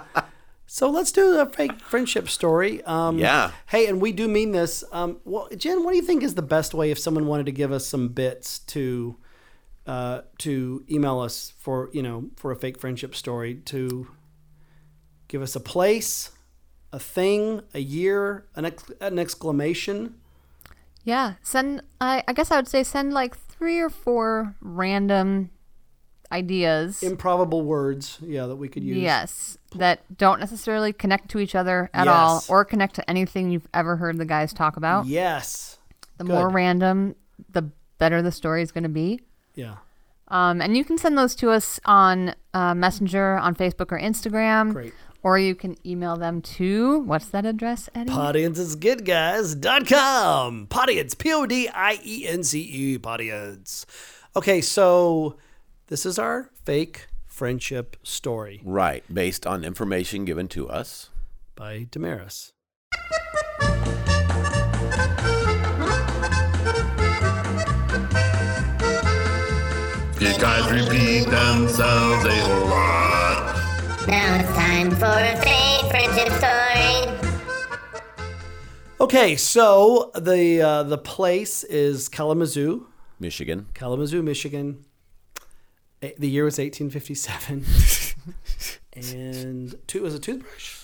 So let's do a fake friendship story. Um, Yeah. Hey, and we do mean this. Um, well, Jen, what do you think is the best way if someone wanted to give us some bits to uh, to email us for you know for a fake friendship story to give us a place, a thing, a year, an ex- an exclamation. Yeah, send. I, I guess I would say send like three or four random ideas. Improbable words, yeah, that we could use. Yes, that don't necessarily connect to each other at all, Yes. or connect to anything you've ever heard the guys talk about. Yes. the more good. random, the better the story is going to be. Yeah. Um, and you can send those to us on uh, Messenger, on Facebook or Instagram. Great. Or you can email them to what's that address, Eddie? Podienceisgoodguys.com. Podience, P O D I E N C E, Podience. Okay, so this is our fake friendship story Right, based on information given to us. by Damaris. These guys repeat themselves a lot. Now it's time for a fake friendship story. Okay, so the uh, the place is Kalamazoo, Michigan. Kalamazoo, Michigan. A- The year was 1857. and two, was it a toothbrush?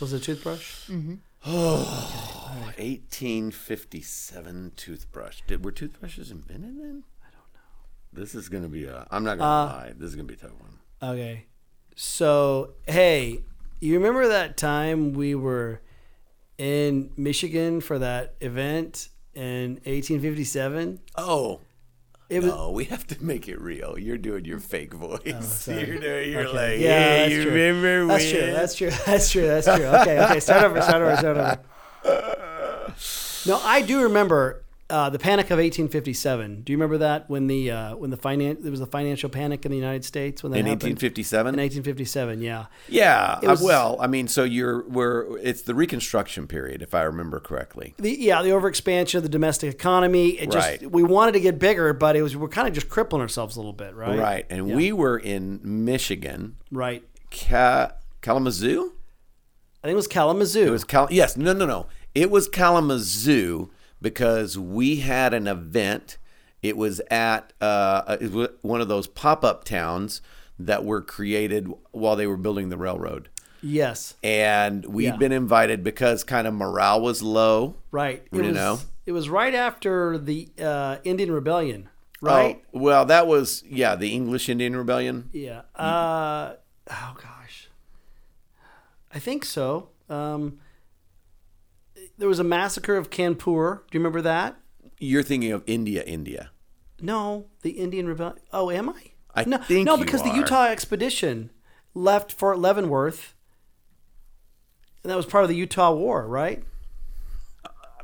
Was it a toothbrush? 1857 toothbrush. Did, were toothbrushes invented then? I don't know. This is going to be a. I'm not going to Uh, lie. This is going to be a tough one. Okay. So, hey, you remember that time we were in Michigan for that event in 1857? Oh. It was- Oh, no, we have to make it real. You're doing your fake voice. sorry. you're doing- you're like, Yeah, yeah, that's you true. remember That's when? true. That's true. That's true. That's true. Okay. Okay. Start over. Start over. Start over. No, I do remember uh, the Panic of 1857. Do you remember that when the uh, when the finance there was the financial panic in the United States when that in happened 1857? in 1857? Yeah. yeah. uh, was- well, I mean, so you're we're it's the Reconstruction period, if I remember correctly. the yeah the overexpansion of the domestic economy. It Right. just we wanted to get bigger, but it was we're kind of just crippling ourselves a little bit, right? Right, and we were in Michigan, Right. Ka- Kalamazoo. I think it was Kalamazoo. It was Cal. Yes, no, no, no. It was Kalamazoo because we had an event. It was at uh, it was one of those pop-up towns that were created while they were building the railroad, yes. and we had Yeah. been invited because kind of morale was low. Right. It You was, know? It was right after the uh, Indian Rebellion. Right. Oh, well, that was yeah, the English Indian Rebellion. Yeah. Uh, oh gosh. I think so. Um, there was a massacre of Kanpur. Do you remember that? You're thinking of India, India. No, the Indian Rebellion. Oh, am I? I no, think no, you because are. the Utah expedition left Fort Leavenworth, and that was part of the Utah War, right?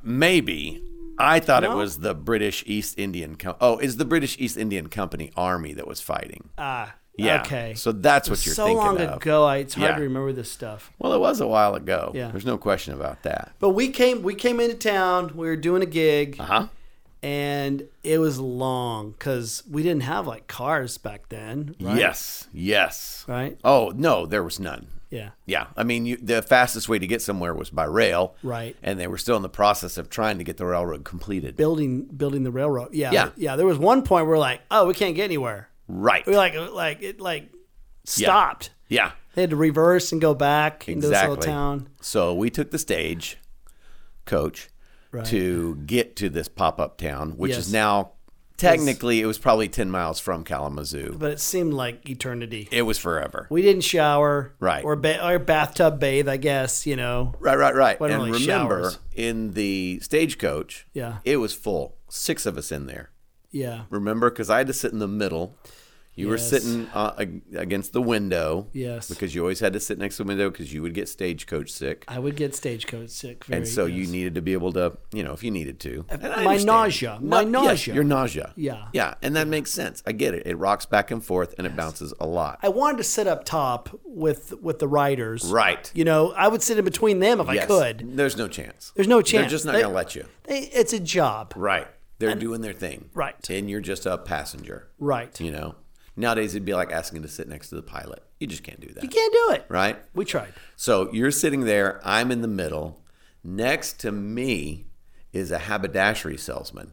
Maybe. I thought it No? was the British East Indian Co- Oh, is the British East Indian Company army that was fighting. Ah, yeah. Okay, So that's what you're so thinking long of. ago. I, it's hard Yeah. to remember this stuff. Well, it was a while ago. Yeah. There's no question about that. But we came, we came into town. We were doing a gig, Huh? and it was long because we didn't have like cars back then. Right? Yes. Yes. Right. Oh, no, there was none. Yeah. Yeah. I mean, you, the fastest way to get somewhere was by rail. Right. And they were still in the process of trying to get the railroad completed. Building, building the railroad. Yeah. Yeah. There was one point where we're like, oh, we can't get anywhere. right. We like, like it, like stopped. yeah. They had to reverse and go back into this little Exactly. town. So we took the stage, coach, Right. to get to this pop up town, which Yes. is now technically it was probably ten miles from Kalamazoo. But it seemed like eternity. It was forever. We didn't shower, Right. Or, ba- or bathtub bathe, I guess. You know, Right, right, right. Wasn't and really remember, showers. in the stagecoach, Yeah. it was full. Six of us in there. yeah, Remember, because I had to sit in the middle. You Yes. were sitting uh, ag- against the window. Yes. Because you always had to sit next to the window because you would get stagecoach sick. I would get stagecoach sick. Very, and so you yes. needed to be able to, you know, if you needed to. And I my understand. nausea, my yes, nausea. your nausea. Yeah. Yeah, and that makes sense. I get it. It rocks back and forth and it bounces a lot. I wanted to sit up top with with the riders, Right. You know, I would sit in between them if I Yes. could. There's no chance. There's no They're chance. just not They- going to let you. They, it's a job, Right. They're doing their thing. Right. And you're just a passenger. right? You know? Nowadays, it'd be like asking to sit next to the pilot. You just can't do that. You can't do it, Right? We tried. So you're sitting there. I'm in the middle. Next to me is a haberdashery salesman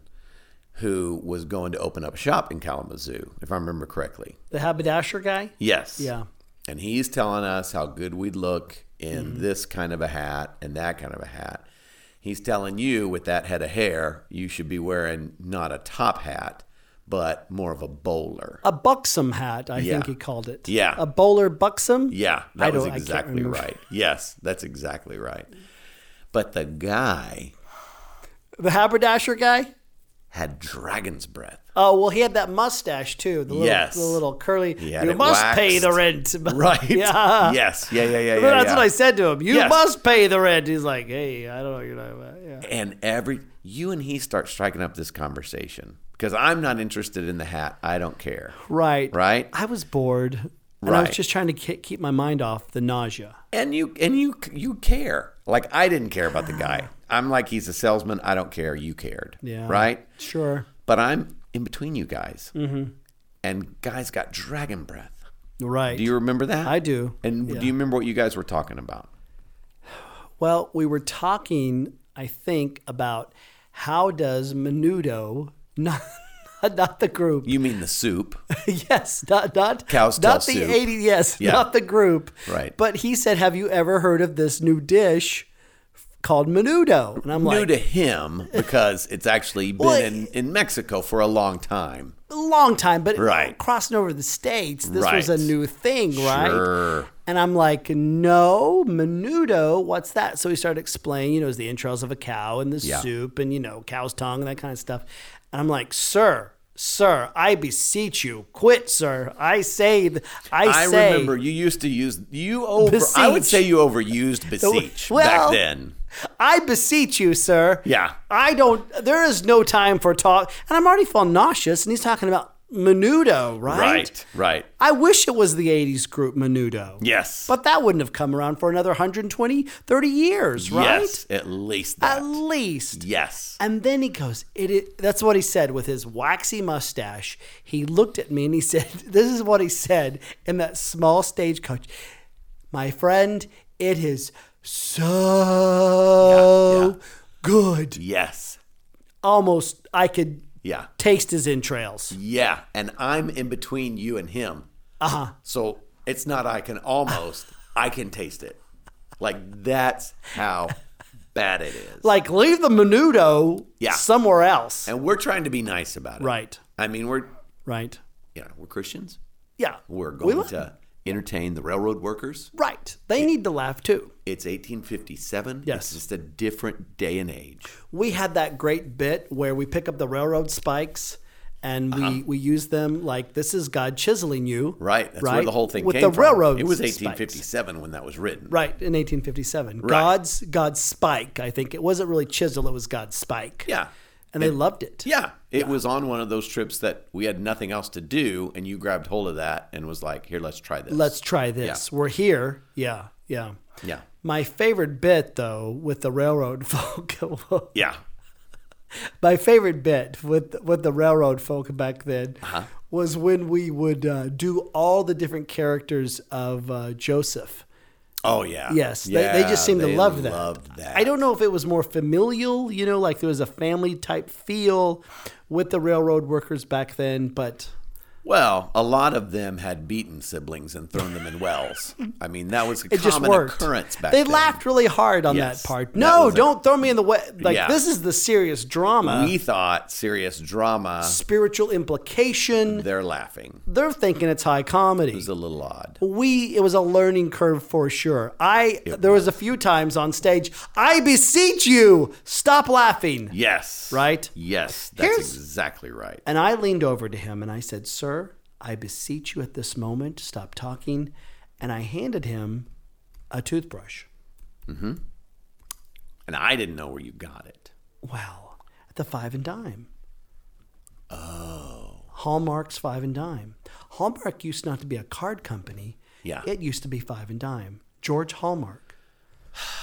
who was going to open up a shop in Kalamazoo, if I remember correctly. The haberdasher guy, Yes. yeah, And he's Mm-hmm. telling us how good we'd look in this kind of a hat and that kind of a hat. He's telling you with that head of hair, you should be wearing not a top hat, but more of a bowler. A buxom hat, I Yeah. think he called it. Yeah. A bowler buxom? Yeah, I that was don't- I can't exactly remember. right. Yes, that's exactly right. But the guy The haberdasher guy? had dragon's breath. Oh, well, he had that mustache too. The little, Yes. the little curly. He had You it must pay the rent. waxed. Right. Yeah. Yes. Yeah, yeah, yeah, yeah. That's yeah. what I said to him. You Yes. must pay the rent. He's like, hey, I don't know what you're talking about. Yeah. and every you and he start striking up this conversation because I'm not interested in the hat. I don't care. Right. Right? I was bored. And I Right. was just trying to ke- keep my mind off the nausea. And you and you you care. Like I didn't care about the guy. I'm like he's a salesman. I don't care. You cared. Yeah. Right? Sure. But I'm in between you guys. Mm-hmm. And guys got dragon breath. Right. Do you remember that? I do. And do you remember what you guys were talking about? Well, we were talking, I think, about how does Menudo, not, not the group, You mean the soup? yes, not not Cow's tail not the soup. eighty, yes, Yeah. not the group, Right. But he said, "Have you ever heard of this new dish called Menudo?" And I'm New like, to him because it's actually been Well, in, in Mexico for a long time. a long time, but Right. crossing over to the states, this was a Right. new thing, right? Sure. And I'm like, no, menudo, what's that? So he started explaining, you know, it was the entrails of a cow and the Yeah. soup and, you know, cow's tongue and that kind of stuff. And I'm like, sir, sir, I beseech you, quit, sir. I say, th- I, I say, remember you used to use you over. I would Beseech. say you overused beseech Well- back then. I beseech you, sir. Yeah. I don't, there is no time for talk. And I'm already feeling nauseous. And he's talking about menudo, right? Right. Right. I wish it was the 80s group menudo. Yes. But that wouldn't have come around for another 120, 30 years, right? yes, at least that. At least. yes. And then he goes, it is, that's what he said with his waxy mustache. He looked at me and he said, this is what he said in that small stagecoach. My friend, it is so Yeah, yeah. good. Yes. Almost, I could Yeah. taste his entrails. Yeah. And I'm in between you and him. Uh Uh-huh. huh. So it's not I can almost. I can taste it. Like that's how bad it is. Like, leave the menudo Yeah. somewhere else. And we're trying to be nice about it. Right, I mean, we're right. you know we're Christians. Yeah. We're We going love- to entertain the railroad workers. Right. They need to laugh too. It's 1857. Yes. It's just a different day and age. We had that great bit where we pick up the railroad spikes and we, we use them like this is God chiseling you. Uh-huh. Right. That's where the whole thing With came the from. railroad It was spikes. 1857 when that was written. Right, in 1857. God's God's spike, I think. It wasn't really chisel, it was God's spike. Yeah. And they loved it. Yeah. It was on one of those trips that we had nothing else to do, and you grabbed hold of that and was like, here, let's try this. Let's try this. We're here. Yeah. Yeah. Yeah. My favorite bit though with the railroad folk Yeah. my favorite bit with with the railroad folk back then Uh-huh. was when we would uh, do all the different characters of uh, Joseph. Oh, yeah. Yes, Yeah, they, they just seemed they to love that. loved that. I don't know if it was more familial, you know, like there was a family type feel with the railroad workers back then, but Well, a lot of them had beaten siblings and thrown them in wells. I mean, that was a it just common worked. occurrence back they then. laughed really hard on Yes, that part. that No, was a- don't throw me in the way. Like Yeah. this is the serious drama, We thought serious drama. spiritual implication. They're laughing. They're thinking it's high comedy. It was a little odd. we it was a learning curve for sure i there was. a few times on stage i beseech you stop laughing Yes. Right? Yes. That's Here's- exactly right. and i leaned over to him and i said sir i beseech you at this moment stop talking and i handed him a toothbrush And I didn't know where you got it. well at the five and dime oh hallmark's five and dime hallmark used not to be a card company Yeah. it used to be five and dime george hallmark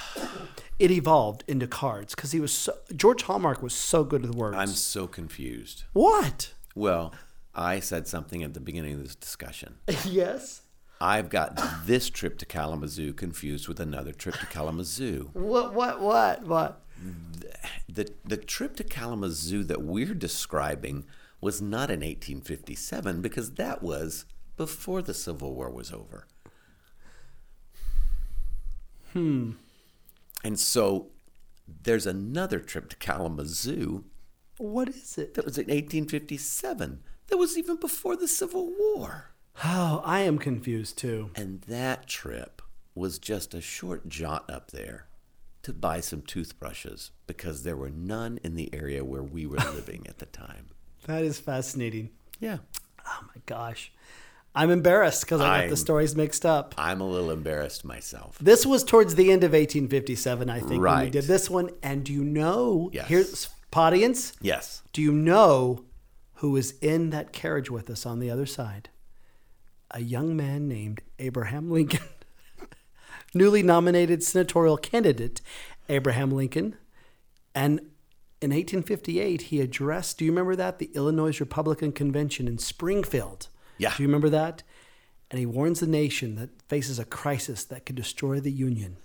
it evolved into cards because he was so, george hallmark was so good at the words I'm so confused. what Well, I said something at the beginning of this discussion. yes I've got this trip to Kalamazoo confused with another trip to Kalamazoo. what what what what The the trip to Kalamazoo that we're describing was not in 1857 because that was before the Civil War was over. Hmm. And so There's another trip to Kalamazoo What is it? that was in 1857. That was even before the Civil War. Oh, I am confused too. And that trip was just a short jaunt up there to buy some toothbrushes because there were none in the area where we were living at the time. That is fascinating. Yeah. Oh my gosh. I'm embarrassed because I got I'm- the stories mixed up. I'm a little embarrassed myself. This was towards the end of 1857, I think, when we Right. did this one. And do you know, Yes. here's audience, Yes. do you know who was in that carriage with us on the other side? A young man named Abraham Lincoln, newly nominated senatorial candidate Abraham Lincoln. And in 1858, he addressed, do you remember that? The Illinois Republican Convention in Springfield. Yeah. Do you remember that? And he warns the nation that faces a crisis that could destroy the Union.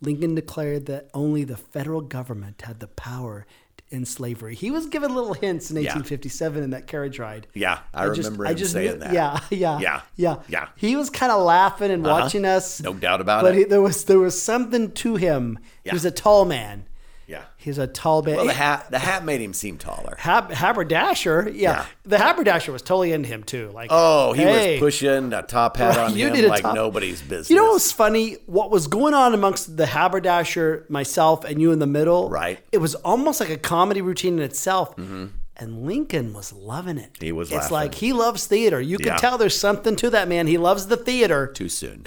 Lincoln declared that only the federal government had the power to end slavery. He was given little hints in 1857 in that carriage ride. Yeah, I remember him saying that. Yeah, yeah, Yeah, yeah, yeah. Uh-huh. He was kind of laughing and watching us. No doubt about but it. He, there was there was something to him. He was a tall man. Yeah. He was a tall man. Well, the hat the hat made him seem taller. Hab- haberdasher, yeah. Yeah. The haberdasher was totally into him too. Like, Oh, he hey. was pushing a top hat on You him did a like top- nobody's business. You know what was funny? What was going on amongst the haberdasher, myself, and you in the middle? Right. Mm-hmm. It was almost like a comedy routine in itself. And Lincoln was loving it. He was It's laughing. like he loves theater. You can Yeah. tell there's something to that man. He loves the theater. Too soon.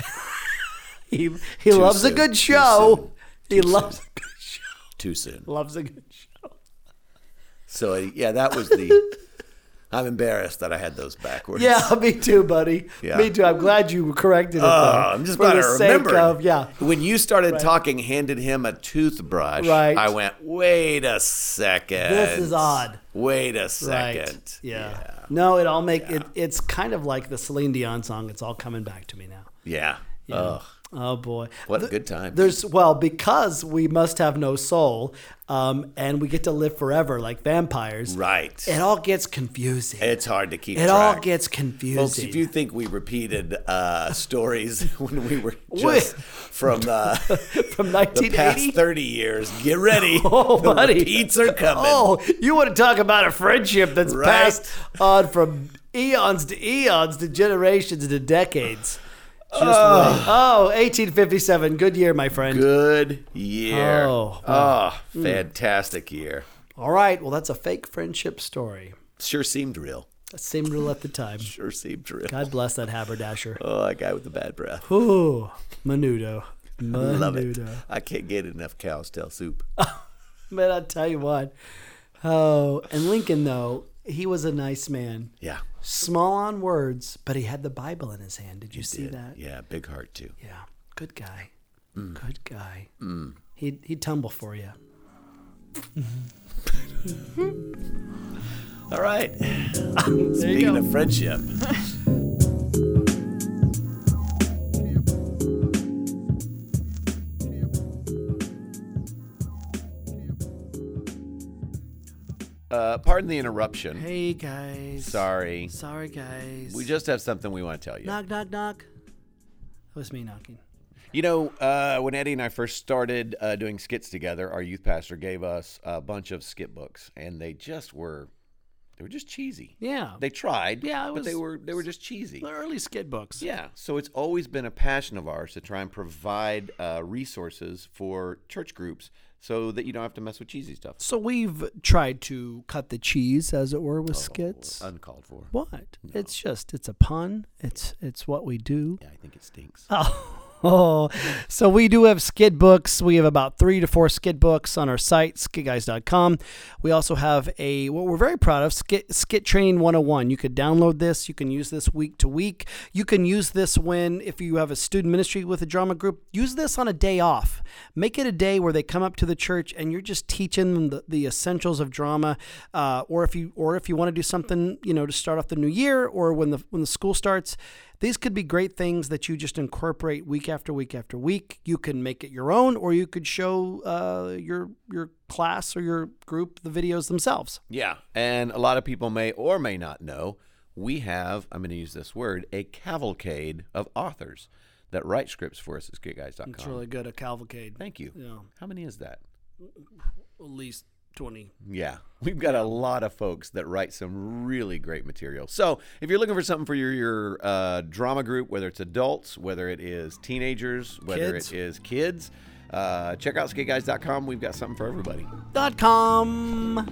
He he loves a soon. Too good show. He loves Too soon. loves a good show. So yeah, that was the. I'm embarrassed that I had those backwards. Yeah, me too, buddy. Yeah. Me too. I'm glad you corrected it. though, Oh, I'm just for about the to sake remember. Of, yeah. When you started talking, handed him a toothbrush. Right. I went, wait a second. This is odd. Wait a Right. second. Yeah. No, it all make it. It's kind of like the Celine Dion song. It's all coming back to me now. Yeah. Ugh. Oh boy, What a good time. There's well because we must have no soul, um, and we get to live forever like vampires. Right. It all gets confusing. It, It's hard to keep. all track. gets Folks, confusing. if you think we repeated uh, stories when we were Wait. just from uh, From the past 1980. 30 years, get ready. Oh, The buddy. repeats are coming. Oh, you want to talk about a friendship that's Right. passed on from eons to eons to generations to decades. Just wait. oh, 1857. Good year, my friend. Good year. Oh, Oh, fantastic year. All right. Well, that's a fake friendship story. Sure seemed real. That seemed real at the time. Sure seemed real. God bless that haberdasher. Oh, that guy with the bad breath. Ooh, menudo. Menudo. Love it. I can't get enough cow's tail soup. Oh, Man, I'll tell you what. Oh, and Lincoln, though, he was a nice man. Yeah. Small on words, but he had the Bible in his hand. Did you see that? Yeah, Mm. big heart too. Yeah. Good guy. Good guy. Mm. He'd, he'd tumble for you. All right. There you Speaking go. of friendship. Uh, pardon the interruption. Hey, guys. Sorry. Sorry, guys. We just have something we want to tell you. Knock, knock, knock. That was me knocking. You know, uh, when Eddie and I first started uh, doing skits together, our youth pastor gave us a bunch of skit books, and they just were, they were just cheesy. Yeah. They tried. Yeah, it but they was- were they were just cheesy. The early skid books. Yeah. So it's always been a passion of ours to try and provide uh, resources for church groups so that you don't have to mess with cheesy stuff. So we've tried to cut the cheese, as it were, Oh, with skits. Uncalled for. what? It's just it's a pun. It's it's what we do. Yeah, I think it stinks. Oh, so we do have skid books. We have about three to four skid books on our site, skidguys.com. We also have a, what we're very proud of, Skit, skit Training 101. You could download this. You can use this week to week. You can use this when, if you have a student ministry with a drama group, use this on a day off. Make it a day where they come up to the church and you're just teaching them the, the essentials of drama. Uh, or if you, or if you want to do something, you know, to start off the new year or when the, when the school starts, these could be great things that you just incorporate week after week after week. You can make it your own, or you could show uh, your your class or your group the videos themselves. Yeah. And a lot of people may or may not know we have, I'm going to use this word, a cavalcade of authors that write scripts for us at skitguys.com. good, a cavalcade. Thank you. Yeah. How many is that? at least 20. Yeah, we've got a lot of folks that write some really great material. So if you're looking for something for your your uh, drama group, whether it's adults, whether it is teenagers, whether Kids. it is kids, uh, check out skateguys.com. We've got something for everybody. Dot com.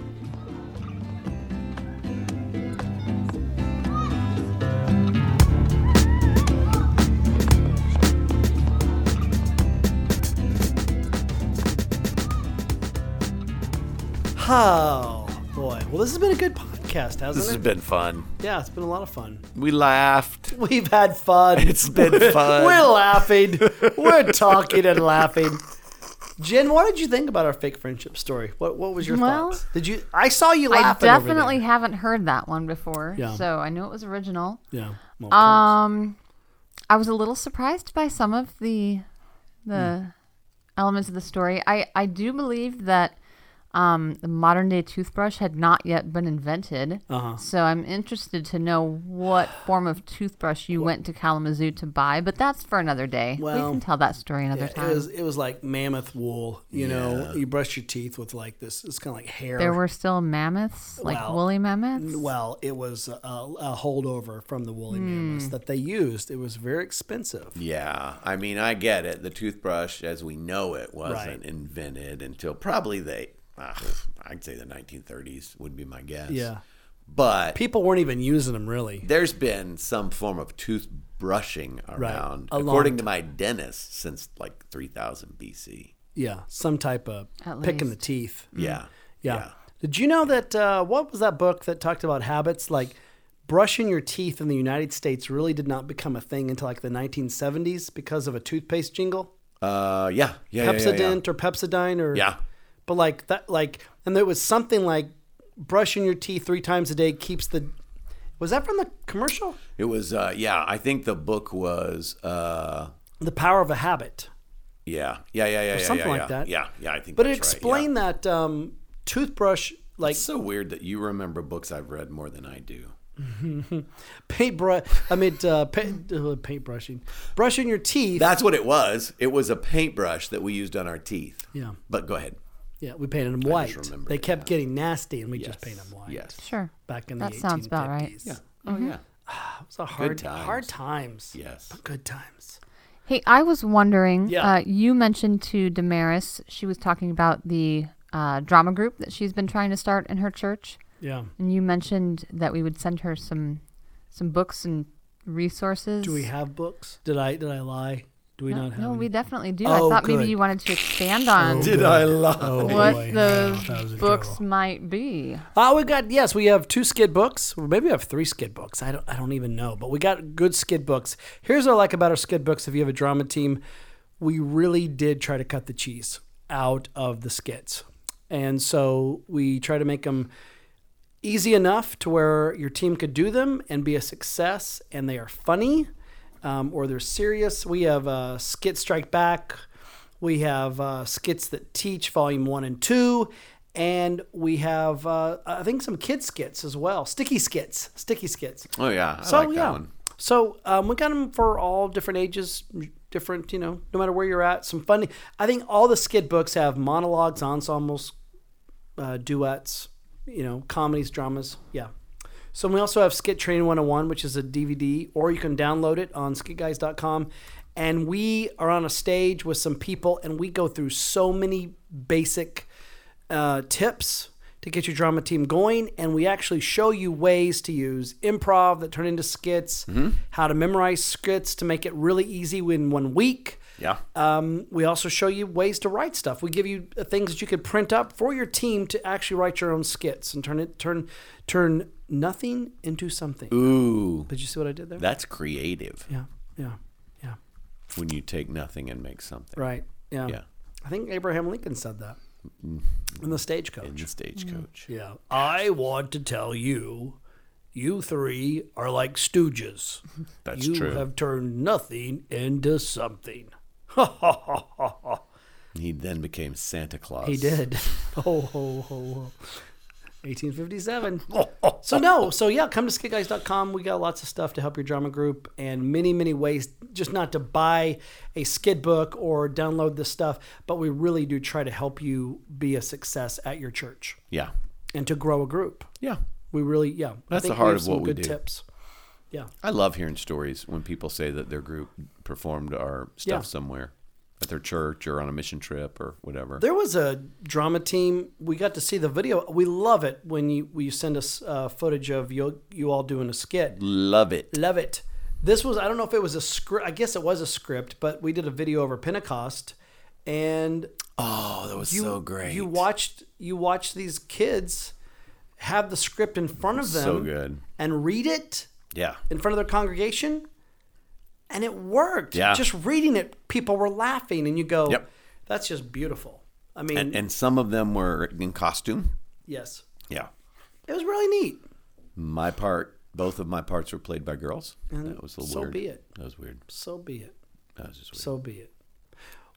Oh boy. Well, this has been a good podcast, hasn't This it? has been fun. yeah, it's been a lot of fun. We laughed. We've had fun. It's been fun. We're laughing. We're talking and laughing. Jen, what did you think about our fake friendship story? What What was your Well, thoughts? Did you? I saw you I laughing. over there. definitely haven't heard that one before, Yeah. so I knew it was original. Yeah. Well, Um, I was a little surprised by some of the Hmm. the elements of the story. I I do believe that um, the modern day toothbrush had not yet been invented, Uh-huh. so I'm interested to know what form of toothbrush you went to Kalamazoo to buy. But that's for another day. we Well, can tell that story another Yeah, time. It was it was like mammoth wool. You know, you brush your teeth with like this. It's kind of like hair. there were still mammoths, like Well, woolly mammoths. well, it was a, a holdover from the woolly Hmm. mammoths that they used. It was very expensive. Yeah, I mean, I get it. The toothbrush, as we know it, wasn't Right. invented until probably the, uh, I'd say the 1930s would be my guess. Yeah. But People weren't even using them really. there's been some form of toothbrushing around, A long according to my dentist, since like 3000 BC. Yeah, some type of At picking the least. teeth. Yeah. Yeah. Did you know that uh, what was that book that talked about habits? Like brushing your teeth in the United States really did not become a thing until like the 1970s because of a toothpaste jingle, Uh, yeah. Yeah. yeah, yeah, yeah. Pepsodent or Pepsodine or Yeah. But like that, like, and there was something like brushing your teeth three times a day keeps the. Was that from the commercial? It was, uh, yeah, I think the book was, uh, The power of a habit. yeah. Yeah. Yeah. Yeah. yeah, something yeah, like yeah. that. Yeah. Yeah. I think But that's it right, yeah. explained that um, toothbrush, like It's so weird that you remember books I've read more than I do. paintbrush. I mean, uh, paint, uh, paintbrushing, brushing your teeth. That's what it was. It was a paintbrush that we used on our teeth. Yeah. But go ahead. yeah, we painted them white. remembered They it, kept getting nasty, and we just painted them white. Yes. sure. back in the That 1850s. sounds about right. Yeah, Oh yeah. it's a hard, times. hard times. Yes. but good times. Hey, I was wondering. Yeah. Uh, you mentioned to Damaris, she was talking about the uh, drama group that she's been trying to start in her church, Yeah. and you mentioned that we would send her some some books and resources. Do we have books? Did I did I lie? Do we no, not have? no, any? we definitely do. Oh, I thought good. maybe you wanted to expand on Did I lie? Oh, what boy. That was those a books girl. might be. Oh, we got yes, we have two skid books. Or maybe we have three skid books. I don't I don't even know, but we got good skid books. Here's what I like about our skid books. If you have a drama team, we really did try to cut the cheese out of the skits, and so we try to make them easy enough to where your team could do them and be a success, and they are funny um, or they're serious. We have uh, Skit Strike Back, we have uh, Skits That Teach, Volume 1 and 2, and we have, uh, I think, some kid skits as well. Sticky Skits, Sticky Skits. Oh yeah. I so, like that yeah. one. So um, we got them for all different ages, different, you know, no matter where you're at. Some funny. I think all the skit books have monologues, ensembles, uh, duets, you know, comedies, dramas. Yeah. So we also have Skit Training 101, which is a DVD, or you can download it on skitguys.com. And we are on a stage with some people, and we go through so many basic uh, tips to get your drama team going. And we actually show you ways to use improv that turn into skits, how to memorize skits to make it really easy in one week. Yeah. Um, we also show you ways to write stuff. We give you uh, things that you could print up for your team to actually write your own skits and turn it turn turn nothing into something. Ooh, Did you see what I did there? that's creative. yeah, yeah, yeah. When you take nothing and make something. Right. Yeah. Yeah. I think Abraham Lincoln said that in the stagecoach. In the stagecoach. yeah. I want to tell you, you three are like stooges. That's Mm-hmm. you true. have turned nothing into something. He then became Santa Claus. He did. ho ho ho ho. 1857. so no, so yeah, come to skitguys.com. We got lots of stuff to help your drama group and many, many ways just not to buy a skid book or download this stuff, but we really do try to help you be a success at your church Yeah. and to grow a group. Yeah. We really, yeah. I That's the think heart have of some what we good do. Tips. I love hearing stories when people say that their group performed our Yeah. stuff somewhere at their church or on a mission trip or whatever. There was a drama team. We got to see the video. We love it when you when you send us uh, footage of you you all doing a skit. love it. Love it. This was I don't know if it was a script. I guess it was a script, but we did a video over Pentecost, and Oh, that was so great. you watched you watched these kids have the script in front of them So good. and read it Yeah. in front of their congregation, and it worked. Yeah. Just reading it, people were laughing, and you go, Yep. "That's just beautiful." I mean, And, and some of them were in costume. yes, Yeah. it was really neat. My part, both of my parts were played by girls. that was a little so weird. be it. That was weird. So be it. That was just weird. So be it.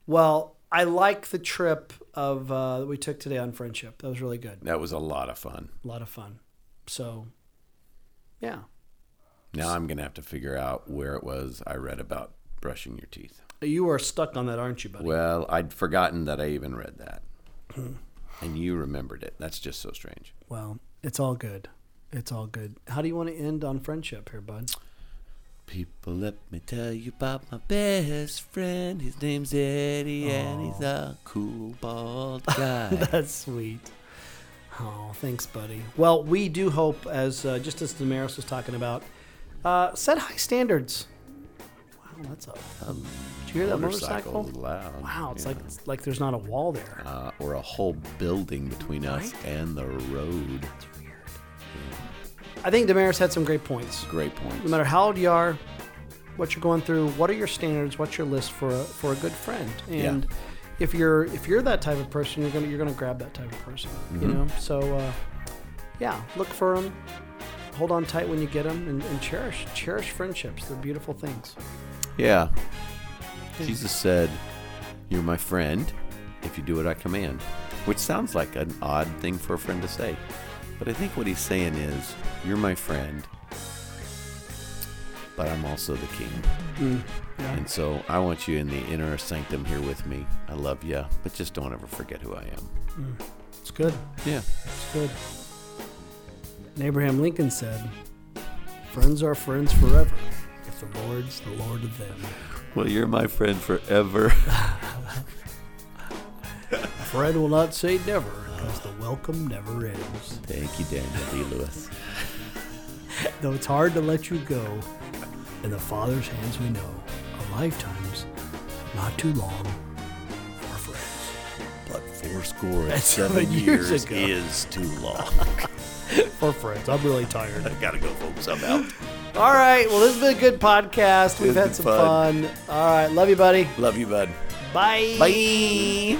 Well, I like the trip of uh, that we took today on friendship. That was really good. That was a lot of fun. A lot of fun. So, yeah, Now I'm going to have to figure out where it was I read about brushing your teeth. you are stuck on that, aren't you, buddy? Well, I'd forgotten that I even read that. Hmm. and you remembered it. That's just so strange. Well, it's all good. It's all good. How do you want to end on friendship here, bud? People, let me tell you about my best friend. His name's Eddie, and he's a cool bald guy. That's sweet. Oh, thanks, buddy. Well, we do hope, as uh, just as Damaris was talking about, uh, set high standards. Wow, that's a. um, did you hear that motorcycle? was loud. Wow, it's yeah. like it's like there's not a wall there. Uh, or a whole building between us and the road. I think Damaris had some great points. Great point. No matter how old you are, what you're going through, what are your standards, what's your list for a, for a good friend, and if you're if you're that type of person, you're gonna you're gonna grab that type of person, you know. So uh, yeah, look for them, hold on tight when you get them, and, and cherish cherish friendships. They're beautiful things. Yeah. Jesus said, You're my friend if you do what I command, which sounds like an odd thing for a friend to say. But I think what he's saying is, You're my friend, but I'm also the king. Mm, And so I want you in the inner sanctum here with me. I love you, but just don't ever forget who I am. It's good. Yeah. It's good. And Abraham Lincoln said, "Friends are friends forever, if the Lord's the Lord of them." Well, you're my friend forever. Fred will not say never, because the welcome never ends. Thank you, Daniel D. Lewis. Though it's hard to let you go, in the Father's hands we know, a lifetime's not too long for friends. But four score at seven seven years years ago. is too long. For friends, I'm really tired. Gotta go, folks. I'm out. All right, well, this has been a good podcast. We've It's had been some fun. fun. All right, love you, buddy. Love you, bud. Bye. Bye.